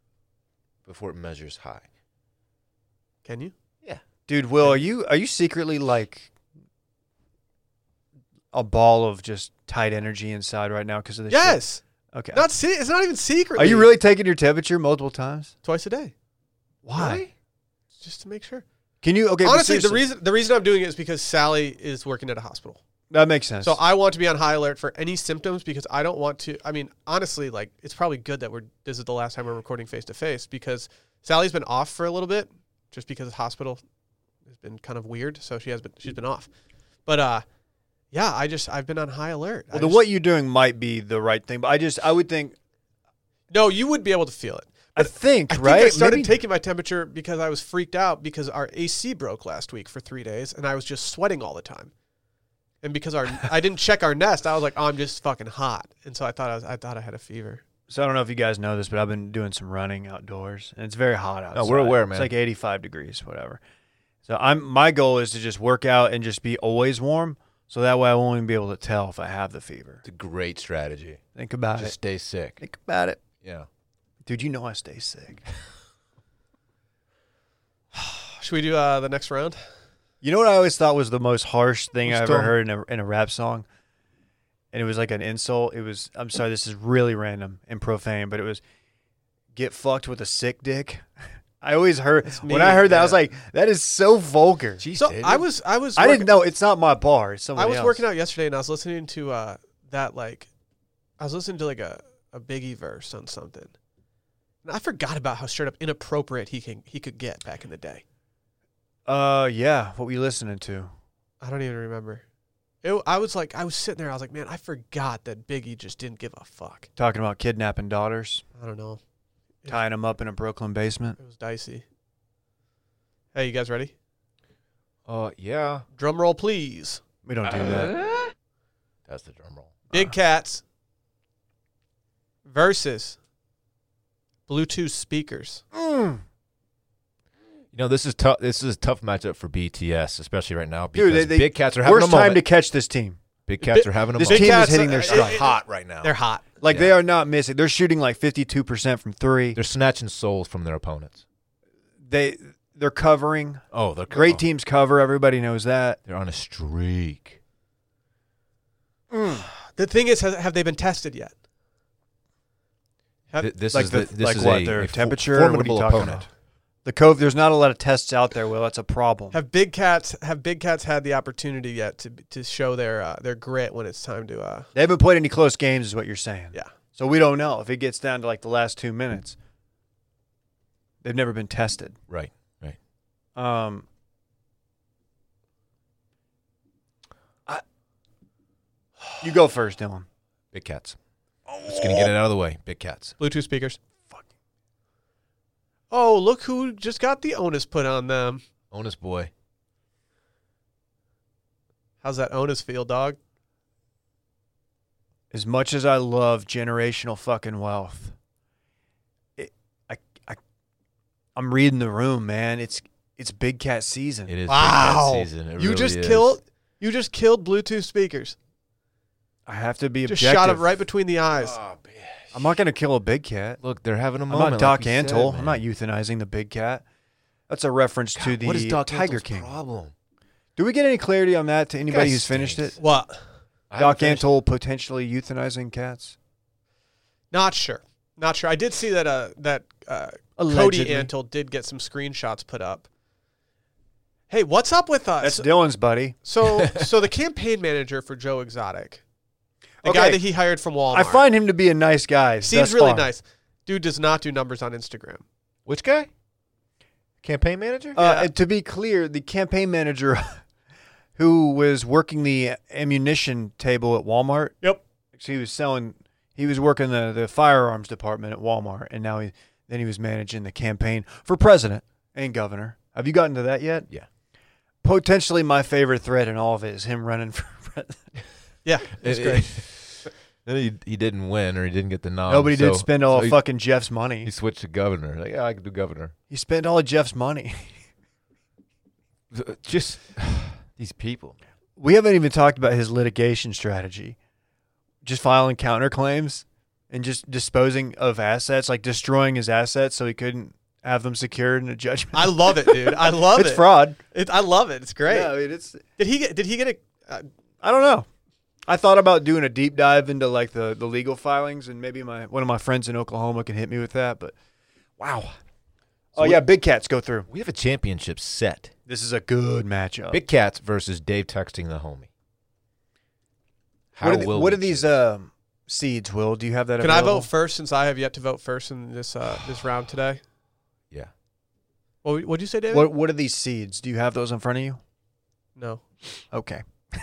Speaker 2: before it measures high.
Speaker 1: Can you?
Speaker 3: dude. Will, are you are you secretly like a ball of just tight energy inside right now because of this? shit?
Speaker 1: Yes.
Speaker 3: Okay.
Speaker 1: Not se- It's not even secret.
Speaker 3: are you really taking your temperature multiple times?
Speaker 1: twice a day?
Speaker 3: Why?
Speaker 1: just to make sure.
Speaker 3: Can you? Okay. but
Speaker 1: Honestly, the
Speaker 3: seriously,
Speaker 1: reason the reason I'm doing it is because Sally is working at a hospital.
Speaker 3: that makes sense.
Speaker 1: So I want to be on high alert for any symptoms because I don't want to. I mean, honestly, like it's probably good that we're this is the last time we're recording face to face because Sally's been off for a little bit just because the hospital has been kind of weird. So she has been she's been off, but uh, yeah, I just I've been on high alert. I
Speaker 3: well, then
Speaker 1: just-
Speaker 3: what you're doing might be the right thing, but I just I would think
Speaker 1: No, you would be able to feel it.
Speaker 3: I think
Speaker 1: I think
Speaker 3: right.
Speaker 1: I started
Speaker 3: Maybe-
Speaker 1: taking my temperature because I was freaked out because our AC broke last week for three days and I was just sweating all the time. And because
Speaker 3: *laughs*
Speaker 1: our I didn't check our nest, I was like, oh, I'm just fucking hot. And so I thought I, was, I thought I had a fever.
Speaker 3: so I don't know if you guys know this, but I've been doing some running outdoors, and it's very hot outside.
Speaker 2: No, we're aware, man.
Speaker 3: It's like 85 degrees, whatever. So I'm my goal is to just work out and just be always warm, so that way I won't even be able to tell if I have the fever.
Speaker 2: It's a great strategy.
Speaker 3: Think about
Speaker 2: Just
Speaker 3: it.
Speaker 2: stay sick.
Speaker 3: Think about it,
Speaker 2: Yeah.
Speaker 3: dude. You know I stay sick.
Speaker 1: Should we do uh, the next round?
Speaker 3: You know what I always thought was the most harsh thing I
Speaker 2: Let's
Speaker 3: ever
Speaker 2: go.
Speaker 3: heard in a, in a rap song? And it was like an insult. It was, I'm sorry, this is really random and profane, but it was, get fucked with a sick dick. *laughs* I always heard,
Speaker 1: That's
Speaker 3: when I
Speaker 1: mean,
Speaker 3: heard that, I was
Speaker 1: yeah.
Speaker 3: like, that is so vulgar.
Speaker 1: so I was I was
Speaker 3: I
Speaker 1: working-
Speaker 3: didn't know. It's not my bar. It's somebody
Speaker 1: I was
Speaker 3: else.
Speaker 1: working out yesterday and I was listening to uh, that like I was listening to like a, a Biggie verse on something. And I forgot about how straight up inappropriate he can he could get back in the day.
Speaker 3: Uh, yeah. What were you listening to?
Speaker 1: I don't even remember. It, I was like, I was sitting there. I was like, man, I forgot that Biggie just didn't give a fuck.
Speaker 3: Talking about kidnapping daughters,
Speaker 1: I don't know. Yeah.
Speaker 3: tying them up in a Brooklyn basement.
Speaker 1: It was dicey. Hey, you guys ready?
Speaker 2: Uh, yeah. Uh-huh.
Speaker 1: Drum roll, please.
Speaker 3: We don't do that.
Speaker 2: That's the drum roll.
Speaker 3: Ah.
Speaker 2: Uh-huh.
Speaker 1: Big Cats versus Bluetooth speakers.
Speaker 3: Mm.
Speaker 2: You know, this is tough. This is a tough matchup for BTS, especially right now because
Speaker 3: Dude, they- they-
Speaker 2: big cats are having
Speaker 3: Worst
Speaker 2: a
Speaker 3: time
Speaker 2: moment.
Speaker 3: to catch this team.
Speaker 2: big cats
Speaker 1: Big-
Speaker 2: are having a
Speaker 3: this
Speaker 2: moment.
Speaker 3: team is
Speaker 1: Cats,
Speaker 3: hitting their
Speaker 1: uh,
Speaker 3: stride.
Speaker 1: it- it-
Speaker 2: hot right now.
Speaker 1: They're hot.
Speaker 3: Like
Speaker 2: Yeah.
Speaker 3: they are not missing. They're shooting like 52% from three.
Speaker 2: They're snatching souls from their opponents.
Speaker 3: they they're covering.
Speaker 2: Oh, they're
Speaker 3: Great
Speaker 2: oh,
Speaker 3: teams cover. Everybody knows that.
Speaker 2: They're on a streak.
Speaker 1: The thing is, has, have they been tested yet? Have-
Speaker 2: Th- this
Speaker 3: like
Speaker 2: is
Speaker 3: the-
Speaker 2: the, this
Speaker 3: like
Speaker 2: is
Speaker 3: what,
Speaker 2: a,
Speaker 3: their
Speaker 2: a fo-
Speaker 3: temperature? What are you
Speaker 2: formidable
Speaker 3: talking
Speaker 2: opponent.
Speaker 3: about? The cove. There's not a lot of tests out there. Will that's a problem.
Speaker 1: Have Big Cats have Big Cats had the opportunity yet to to show their uh, their grit when it's time to? Uh,
Speaker 3: They haven't played any close games, is what you're saying.
Speaker 1: yeah.
Speaker 3: So we don't know if it gets down to like the last two minutes. They've never been tested.
Speaker 2: Right, right.
Speaker 3: Um, I, you go first, Dylan.
Speaker 2: Big cats. Just gonna get it out of the way. Big cats.
Speaker 1: Bluetooth speakers. Oh, look who just got the onus put on them.
Speaker 2: Onus boy.
Speaker 1: How's that onus feel, dog?
Speaker 3: as much as I love generational fucking wealth, it, I, I, I'm reading the room, man. It's it's big cat season.
Speaker 2: It is big cat season. It
Speaker 1: you
Speaker 2: really
Speaker 1: just
Speaker 2: is.
Speaker 1: killed you just killed Bluetooth speakers.
Speaker 3: I have to be
Speaker 1: Just
Speaker 3: objective.
Speaker 1: shot him right between the eyes.
Speaker 2: Oh, man.
Speaker 3: I'm not gonna kill a big cat.
Speaker 2: Look, they're having a
Speaker 3: I'm
Speaker 2: moment.
Speaker 3: not Doc
Speaker 2: like we said,
Speaker 3: Antle. I'm
Speaker 2: man.
Speaker 3: not euthanizing the big cat. That's a reference to
Speaker 2: God,
Speaker 3: the
Speaker 2: what is Doc
Speaker 3: Tiger
Speaker 2: Antle's
Speaker 3: King.
Speaker 2: problem?
Speaker 3: Do we get any clarity on that to anybody
Speaker 2: guy
Speaker 3: who's finished
Speaker 2: stinks.
Speaker 3: it?
Speaker 1: what?
Speaker 2: I
Speaker 3: Doc
Speaker 2: haven't finished-
Speaker 3: Antle potentially euthanizing cats.
Speaker 1: Not sure. Not sure. I did see that uh that uh, Cody
Speaker 3: Allegedly.
Speaker 1: Antle did get some screenshots put up. Hey, what's up with us?
Speaker 3: That's Dylan's buddy. *laughs*
Speaker 1: so so the campaign manager for Joe Exotic, the guy
Speaker 3: Okay.
Speaker 1: that he hired from Walmart,
Speaker 3: I find him to be a nice guy.
Speaker 1: seems
Speaker 3: thus
Speaker 1: really
Speaker 3: far.
Speaker 1: nice. Dude does not do numbers on Instagram.
Speaker 2: Which guy? Campaign *laughs* manager?
Speaker 3: Uh,
Speaker 1: Yeah.
Speaker 3: and to be clear, the campaign manager *laughs* who was working the ammunition table at Walmart,
Speaker 1: Yep.
Speaker 3: so he was selling, he was working the, the firearms department at Walmart, and now he then he was managing the campaign for president and governor. Have you gotten to that yet?
Speaker 2: Yeah.
Speaker 3: Potentially my favorite thread in all of it is him running for *laughs* president.
Speaker 1: Yeah. It's
Speaker 2: It-
Speaker 1: great.
Speaker 2: it- *laughs* Then he, he didn't win or he didn't get the nom.
Speaker 3: Nobody did
Speaker 2: Um, so-
Speaker 3: spend all
Speaker 2: so he,
Speaker 3: of fucking Jeff's money.
Speaker 2: He switched to governor. Like, yeah, I can do governor.
Speaker 3: He spent all of Jeff's money. Uh,
Speaker 2: Just *sighs* these people.
Speaker 3: we haven't even talked about his litigation strategy just filing counterclaims and just disposing of assets like destroying his assets so he couldn't have them secured in a judgment
Speaker 1: I love it, dude.
Speaker 3: *laughs*
Speaker 1: I love
Speaker 3: it's
Speaker 1: it.
Speaker 3: fraud
Speaker 1: It, I love it. It's great.
Speaker 3: Yeah, I, mean, it's,
Speaker 1: Did he get? Did he get a? Uh,
Speaker 3: I don't know i thought about doing a deep dive into like the, the legal filings and maybe my one of my friends in oklahoma can hit me with that but wow Oh yeah, big cats go through.
Speaker 2: We have a championship set.
Speaker 3: This is a good matchup.
Speaker 2: Big Cats versus Dave texting the homie. How
Speaker 3: what are, the-
Speaker 2: will
Speaker 3: what
Speaker 2: we
Speaker 3: are these um, seeds? Will do you have that?
Speaker 1: Can I
Speaker 3: available?
Speaker 1: vote first since I have yet to vote first in this uh, this round today?
Speaker 2: choose? Yeah.
Speaker 1: What would you say, David?
Speaker 3: What What are these seeds? Do you have those in front of you?
Speaker 1: No.
Speaker 3: Okay. *laughs*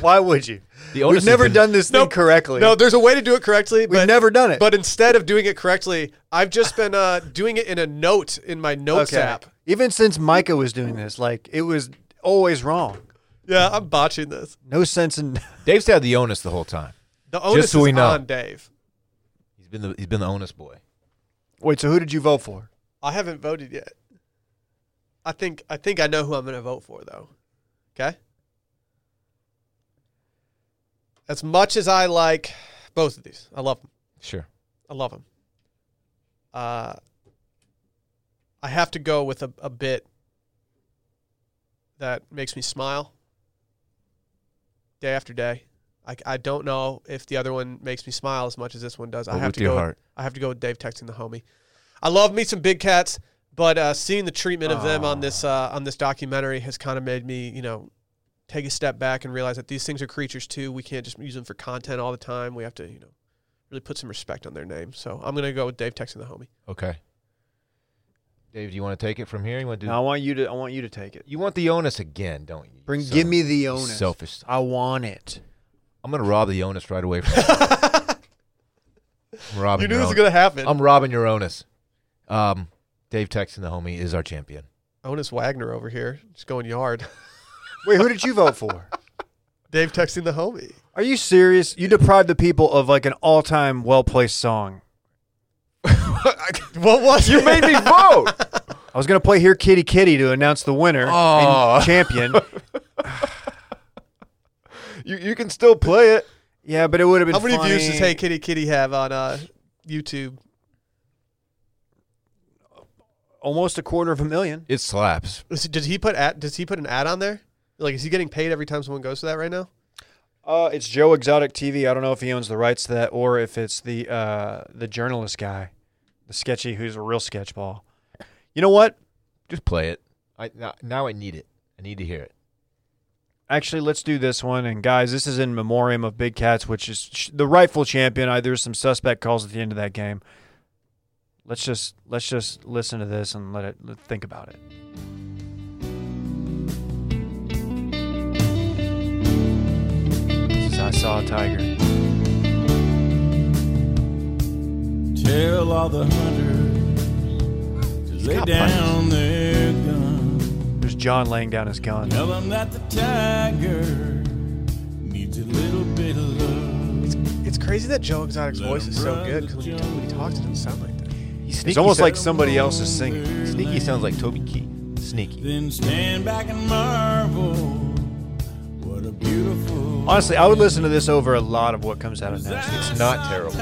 Speaker 3: Why would you?
Speaker 2: The
Speaker 3: We've
Speaker 2: onus has
Speaker 3: never
Speaker 2: been-
Speaker 3: done this thing
Speaker 1: Nope.
Speaker 3: correctly.
Speaker 1: No, there's a way to do it correctly,
Speaker 3: we've
Speaker 1: but
Speaker 3: never done it.
Speaker 1: but instead of doing it correctly, I've just been uh, doing it in a note in my notes app.
Speaker 3: Even since Micah was doing this, like it was always wrong.
Speaker 1: Yeah, I'm botching this.
Speaker 3: No sense in. *laughs*
Speaker 2: Dave's had the onus the whole time.
Speaker 1: The onus
Speaker 2: so we
Speaker 1: is
Speaker 2: know.
Speaker 1: on Dave.
Speaker 2: He's been the he's been the onus boy.
Speaker 3: Wait, so who did you vote for?
Speaker 1: I haven't voted yet. I think I think I know who I'm going to vote for though. Okay? As much as I like both of these. I love them.
Speaker 2: Sure.
Speaker 1: I love them. Uh I have to go with a, a bit that makes me smile day after day. I, I don't know if the other one makes me smile as much as this one does. I
Speaker 2: But
Speaker 1: have
Speaker 2: with
Speaker 1: to
Speaker 2: your
Speaker 1: go.
Speaker 2: heart.
Speaker 1: I have to go with Dave texting the homie. I love me some big cats, but uh, seeing the treatment of them on this uh, on this documentary has kind of made me, you know, take a step back and realize that these things are creatures too. We can't just use them for content all the time. We have to, you know, really put some respect on their name. So I'm gonna go with Dave texting the homie.
Speaker 2: Okay. Dave, do you want to take it from here? You want to do
Speaker 3: No, I want you to. I want you to take it.
Speaker 2: You want the onus again, don't you? you
Speaker 3: Bring.
Speaker 2: son
Speaker 3: give
Speaker 2: of
Speaker 3: me
Speaker 2: a-
Speaker 3: the
Speaker 2: you
Speaker 3: onus.
Speaker 2: Selfish.
Speaker 3: I want it.
Speaker 2: I'm gonna rob the onus right
Speaker 3: *laughs*
Speaker 2: away from you. I'm robbing
Speaker 1: You knew
Speaker 2: your
Speaker 1: this was
Speaker 2: own-
Speaker 1: gonna happen.
Speaker 2: I'm robbing your onus. Um, Dave texting the homie is
Speaker 3: *laughs*
Speaker 2: our champion.
Speaker 1: Onus Wagner over here, just going yard. *laughs*
Speaker 3: Wait, who did you vote for?
Speaker 1: Dave texting the homie.
Speaker 3: Are you serious? You deprived the people of like an all-time well-placed song.
Speaker 1: What was you made me
Speaker 3: *laughs*
Speaker 2: vote.
Speaker 3: I was gonna play "Here Kitty Kitty" to announce the winner
Speaker 2: Aw.
Speaker 1: *laughs*
Speaker 3: and champion.
Speaker 2: you you can still play it.
Speaker 3: Yeah, but it would have been.
Speaker 1: How many views
Speaker 3: funny.
Speaker 1: does Hey Kitty Kitty have on uh, YouTube?
Speaker 3: Almost a quarter of a million.
Speaker 2: It slaps.
Speaker 1: Is, does he put ad, does he put an ad on there? Like, is he getting paid every time someone goes to that right now?
Speaker 3: Uh, it's Joe Exotic TV. I don't know if he owns the rights to that or if it's the uh, the journalist guy, the sketchy who's a real sketchball. You know what?
Speaker 2: Just play it. I now, now I need it. I need to hear it.
Speaker 3: Actually, let's do this one. And guys, this is in memoriam of Big Cats, which is sh- the rightful champion. I, there's some suspect calls at the end of that game. Let's just let's just listen to this and let it let, think about it. This is I saw a tiger.
Speaker 5: Tell all the hunters to lay down their gun.
Speaker 3: There's John laying down his gun.
Speaker 5: Tell them that the tiger needs a little bit of love.
Speaker 1: It's crazy that Joe Exotic's
Speaker 5: Let
Speaker 1: voice
Speaker 5: him
Speaker 1: is so
Speaker 5: run
Speaker 1: good
Speaker 5: the
Speaker 1: because when, you
Speaker 5: jungle.
Speaker 1: talk- when he talks, it doesn't sound like that.
Speaker 3: It's almost
Speaker 2: sound-
Speaker 3: like somebody else is singing.
Speaker 2: sneaky sounds like Toby Keith. Sneaky.
Speaker 5: Then stand back and marvel. What a beautiful.
Speaker 3: Honestly, I would listen to this over a lot of what comes out of Nashville.
Speaker 5: It's
Speaker 2: not terrible.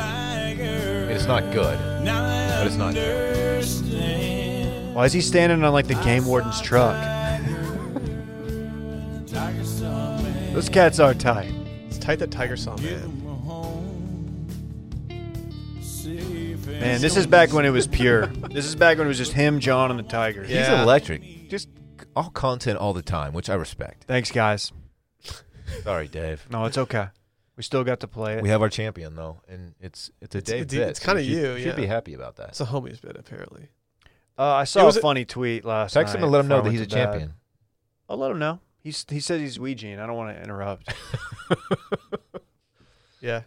Speaker 2: It's not good.
Speaker 5: but
Speaker 2: it's not terrible.
Speaker 3: Why is he standing on like the game warden's truck? Those cats are tight.
Speaker 1: It's tight that Tiger saw man.
Speaker 3: Man, this is back when it was *laughs* pure. This is back when it was just him, John, and the Tiger.
Speaker 1: Yeah.
Speaker 2: He's electric. Just all content all the time, which I respect.
Speaker 3: Thanks, guys.
Speaker 2: Sorry, Dave.
Speaker 3: No, it's okay. We still got to play it.
Speaker 2: We have our champion though, and it's it's a Dave.
Speaker 1: it's- it's
Speaker 2: Fitz.
Speaker 1: kinda
Speaker 2: We should-
Speaker 1: you,
Speaker 2: Should be
Speaker 1: yeah.
Speaker 2: happy about that.
Speaker 1: It's a homie's bit apparently.
Speaker 3: Uh, I
Speaker 1: It
Speaker 3: saw a
Speaker 1: was a-
Speaker 3: funny tweet last
Speaker 2: Text
Speaker 3: night.
Speaker 2: him and let him
Speaker 3: before
Speaker 2: know
Speaker 3: I went
Speaker 2: that he's a
Speaker 3: to bed.
Speaker 2: champion.
Speaker 3: I'll let him know. He's he says he's Ouija, and I don't want to
Speaker 2: *laughs*
Speaker 3: interrupt.
Speaker 1: Yeah.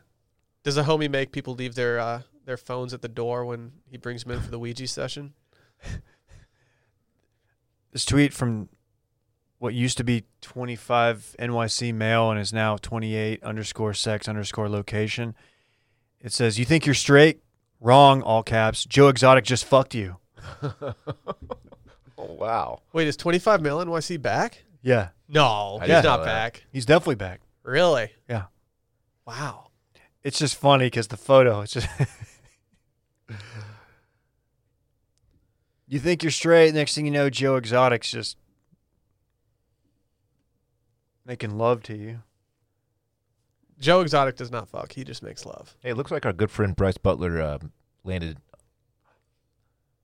Speaker 1: Does a homie make people leave their uh, their phones at the door when he brings them in for the Ouija session?
Speaker 3: this tweet from what used to be 25 NYC male and is now 28 underscore sex underscore location. It says, You think you're straight? Wrong, all caps. Joe Exotic just fucked you.
Speaker 2: Oh wow.
Speaker 1: Wait, is 25 mil NYC back?
Speaker 3: Yeah.
Speaker 1: No,
Speaker 2: I
Speaker 1: he's
Speaker 2: didn't
Speaker 1: not
Speaker 2: know that.
Speaker 1: back.
Speaker 3: He's definitely back.
Speaker 1: Really?
Speaker 3: Yeah.
Speaker 1: Wow.
Speaker 3: It's just funny because the photo, it's just. *laughs* you think you're straight. Next thing you know, Joe Exotic's just making love to you.
Speaker 1: Joe Exotic does not fuck. He just makes love.
Speaker 2: Hey, it looks like our good friend Bryce Butler um landed uh,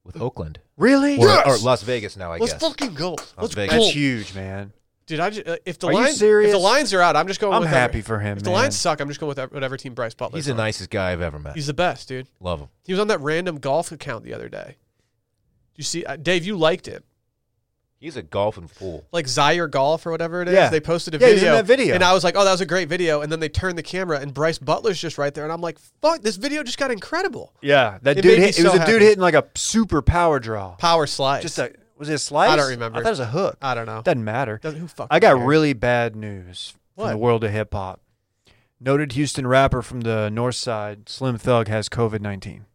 Speaker 2: with Oakland
Speaker 3: Really?
Speaker 2: or,
Speaker 1: Yes!
Speaker 2: or Las Vegas now. I
Speaker 1: Let's
Speaker 2: guess.
Speaker 1: fucking go. Let's
Speaker 2: Vegas.
Speaker 1: go.
Speaker 3: That's huge, man.
Speaker 1: Dude, I just, uh, if the
Speaker 3: Are you
Speaker 1: lines if
Speaker 3: serious?
Speaker 1: the lines are out, I'm just going.
Speaker 3: I'm
Speaker 1: with
Speaker 3: happy
Speaker 1: Whatever.
Speaker 3: for him,
Speaker 1: If the
Speaker 3: man.
Speaker 1: lines suck, I'm just going with whatever team Bryce Butler.
Speaker 2: He's the nicest guy I've ever met.
Speaker 1: He's the best, dude.
Speaker 2: Love him.
Speaker 1: He was on that random golf account the other day. You see, uh, Dave, you liked it,
Speaker 2: He's a golfing fool.
Speaker 1: like Zaire Golf or whatever it is.
Speaker 3: Yeah.
Speaker 1: They posted a
Speaker 3: Yeah, he
Speaker 1: video,
Speaker 3: was in that video.
Speaker 1: and I was like, "Oh, that was a great video." And then they turned the camera, and Bryce Butler's just right there, and I'm like, "Fuck, this video just got incredible."
Speaker 3: yeah, that
Speaker 1: It
Speaker 3: dude.
Speaker 1: made me
Speaker 3: Hit, it was
Speaker 1: so
Speaker 3: a dude
Speaker 1: happy.
Speaker 3: hitting like a super power draw.
Speaker 1: Power slide.
Speaker 3: Just a was it a slice?
Speaker 1: I don't remember.
Speaker 3: I thought it was a hook.
Speaker 1: I don't know.
Speaker 3: Doesn't matter.
Speaker 1: Doesn't- who fucking
Speaker 3: I got
Speaker 1: cares?
Speaker 3: really bad news from the
Speaker 1: What?
Speaker 3: world of hip hop. Noted Houston rapper from the North Side, Slim Thug, has COVID nineteen.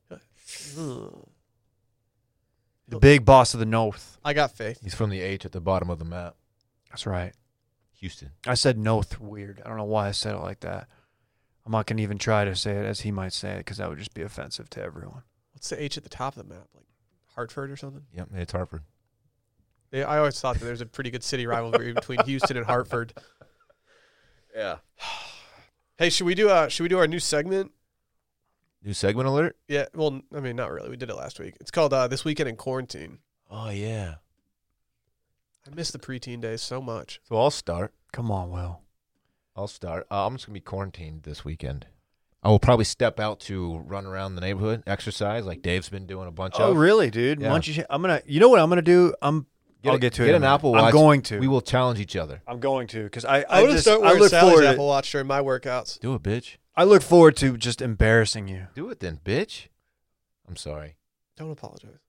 Speaker 3: The big boss of the North.
Speaker 1: I got faith.
Speaker 2: He's from the H at the bottom of the map.
Speaker 3: That's right.
Speaker 2: Houston.
Speaker 3: I said North weird. I don't know why I said it like that. I'm not gonna even try to say it as he might say it because that would just be offensive to everyone.
Speaker 1: What's the H at the top of the map? Like Hartford or something?
Speaker 2: Yep, it's Hartford.
Speaker 1: They, I always thought that there was a pretty good city rivalry between Houston and Hartford.
Speaker 2: Yeah.
Speaker 1: *sighs* Hey, should we do uh should we do our new segment?
Speaker 2: New segment alert.
Speaker 1: Yeah, well, I mean, not really. We did it last week. It's called uh, "This Weekend in Quarantine."
Speaker 2: Oh yeah.
Speaker 1: I miss the preteen days so much.
Speaker 2: So I'll start.
Speaker 3: Come on, Will.
Speaker 2: I'll start. Uh, I'm just gonna be quarantined this weekend. I will probably step out to run around the neighborhood, exercise like Dave's been doing a bunch
Speaker 3: Oh
Speaker 2: of.
Speaker 3: really, dude?
Speaker 2: Yeah.
Speaker 3: Why don't you? I'm gonna. You know what I'm gonna do? I'm. I'll
Speaker 2: a-
Speaker 3: get to it. in
Speaker 2: Get
Speaker 3: a
Speaker 2: an
Speaker 3: minute.
Speaker 2: Apple
Speaker 3: I'm
Speaker 2: Watch.
Speaker 3: going to.
Speaker 2: We will challenge each other.
Speaker 3: I'm going to because I.
Speaker 1: I,
Speaker 3: I,
Speaker 1: want to
Speaker 3: just,
Speaker 1: start
Speaker 3: I
Speaker 1: wearing
Speaker 3: look
Speaker 1: Sally's
Speaker 3: forward. to-
Speaker 1: Apple Watch during my workouts.
Speaker 2: Do it, bitch.
Speaker 3: I look forward to just embarrassing you.
Speaker 2: Do it then, bitch. I'm sorry.
Speaker 1: Don't apologize.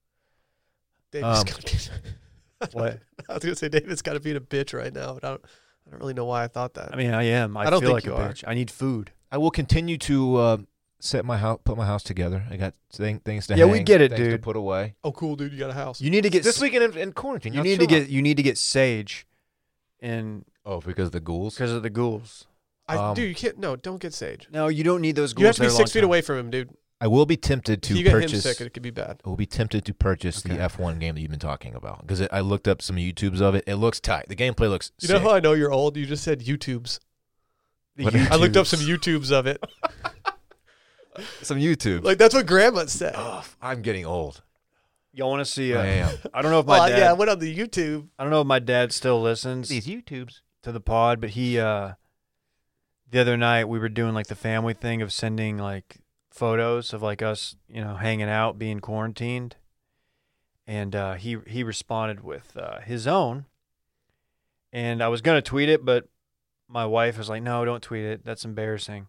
Speaker 1: David's
Speaker 2: Um,
Speaker 1: gotta be. *laughs* I don't-
Speaker 3: What?
Speaker 1: I was gonna say David's gotta be a bitch right now, but I don't. I don't really know why I thought that.
Speaker 3: I mean, I am. I,
Speaker 1: I don't
Speaker 3: feel
Speaker 1: think
Speaker 3: like a
Speaker 1: you are.
Speaker 3: bitch. I need food.
Speaker 2: I will continue to uh, set my house, put my house together. I got thing- things to
Speaker 3: Yeah, we
Speaker 2: hang,
Speaker 3: get it,
Speaker 2: things To
Speaker 3: dude.
Speaker 2: put away.
Speaker 1: oh, cool, dude, you got a house.
Speaker 3: You need to get.
Speaker 2: This weekend in, in quarantine.
Speaker 3: you
Speaker 2: y'all
Speaker 3: need to
Speaker 2: chill
Speaker 3: get. You need to get sage, and
Speaker 2: out. Oh, because the ghouls.
Speaker 3: because of the ghouls.
Speaker 1: I,
Speaker 2: um,
Speaker 1: dude, you can't. No, don't get Sage.
Speaker 3: No, you don't need those ghouls.
Speaker 1: You have to be
Speaker 3: there
Speaker 1: six
Speaker 3: long
Speaker 1: feet
Speaker 3: term.
Speaker 1: away from him, dude.
Speaker 2: I will be tempted
Speaker 1: If
Speaker 2: to
Speaker 1: you get
Speaker 2: purchase.
Speaker 1: him sick, it could be bad.
Speaker 2: I will be tempted to purchase
Speaker 3: Okay.
Speaker 2: the F1 game that you've been talking about because I looked up some YouTubes of it. It looks tight. The gameplay looks.
Speaker 1: You
Speaker 2: sick.
Speaker 1: know how I know you're old? You just said YouTubes.
Speaker 3: The
Speaker 2: What-
Speaker 1: I looked up
Speaker 3: YouTubes.
Speaker 1: some YouTubes of
Speaker 3: *laughs*
Speaker 1: it.
Speaker 2: Some YouTube.
Speaker 1: Like that's what Grandma said.
Speaker 2: oh, I'm getting old.
Speaker 3: Y'all want to see? Uh,
Speaker 2: I am.
Speaker 3: *laughs* I don't know if my
Speaker 1: Well,
Speaker 3: dad.
Speaker 1: yeah, I went on the YouTube.
Speaker 3: I don't know if my dad still listens
Speaker 2: YouTubes.
Speaker 3: to the pod, but he. uh The other night we were doing like the family thing of sending like photos of like us, you know, hanging out, being quarantined, and uh, he he responded with uh, his own. And I was gonna tweet it, but my wife was like, "No, don't tweet it. That's embarrassing."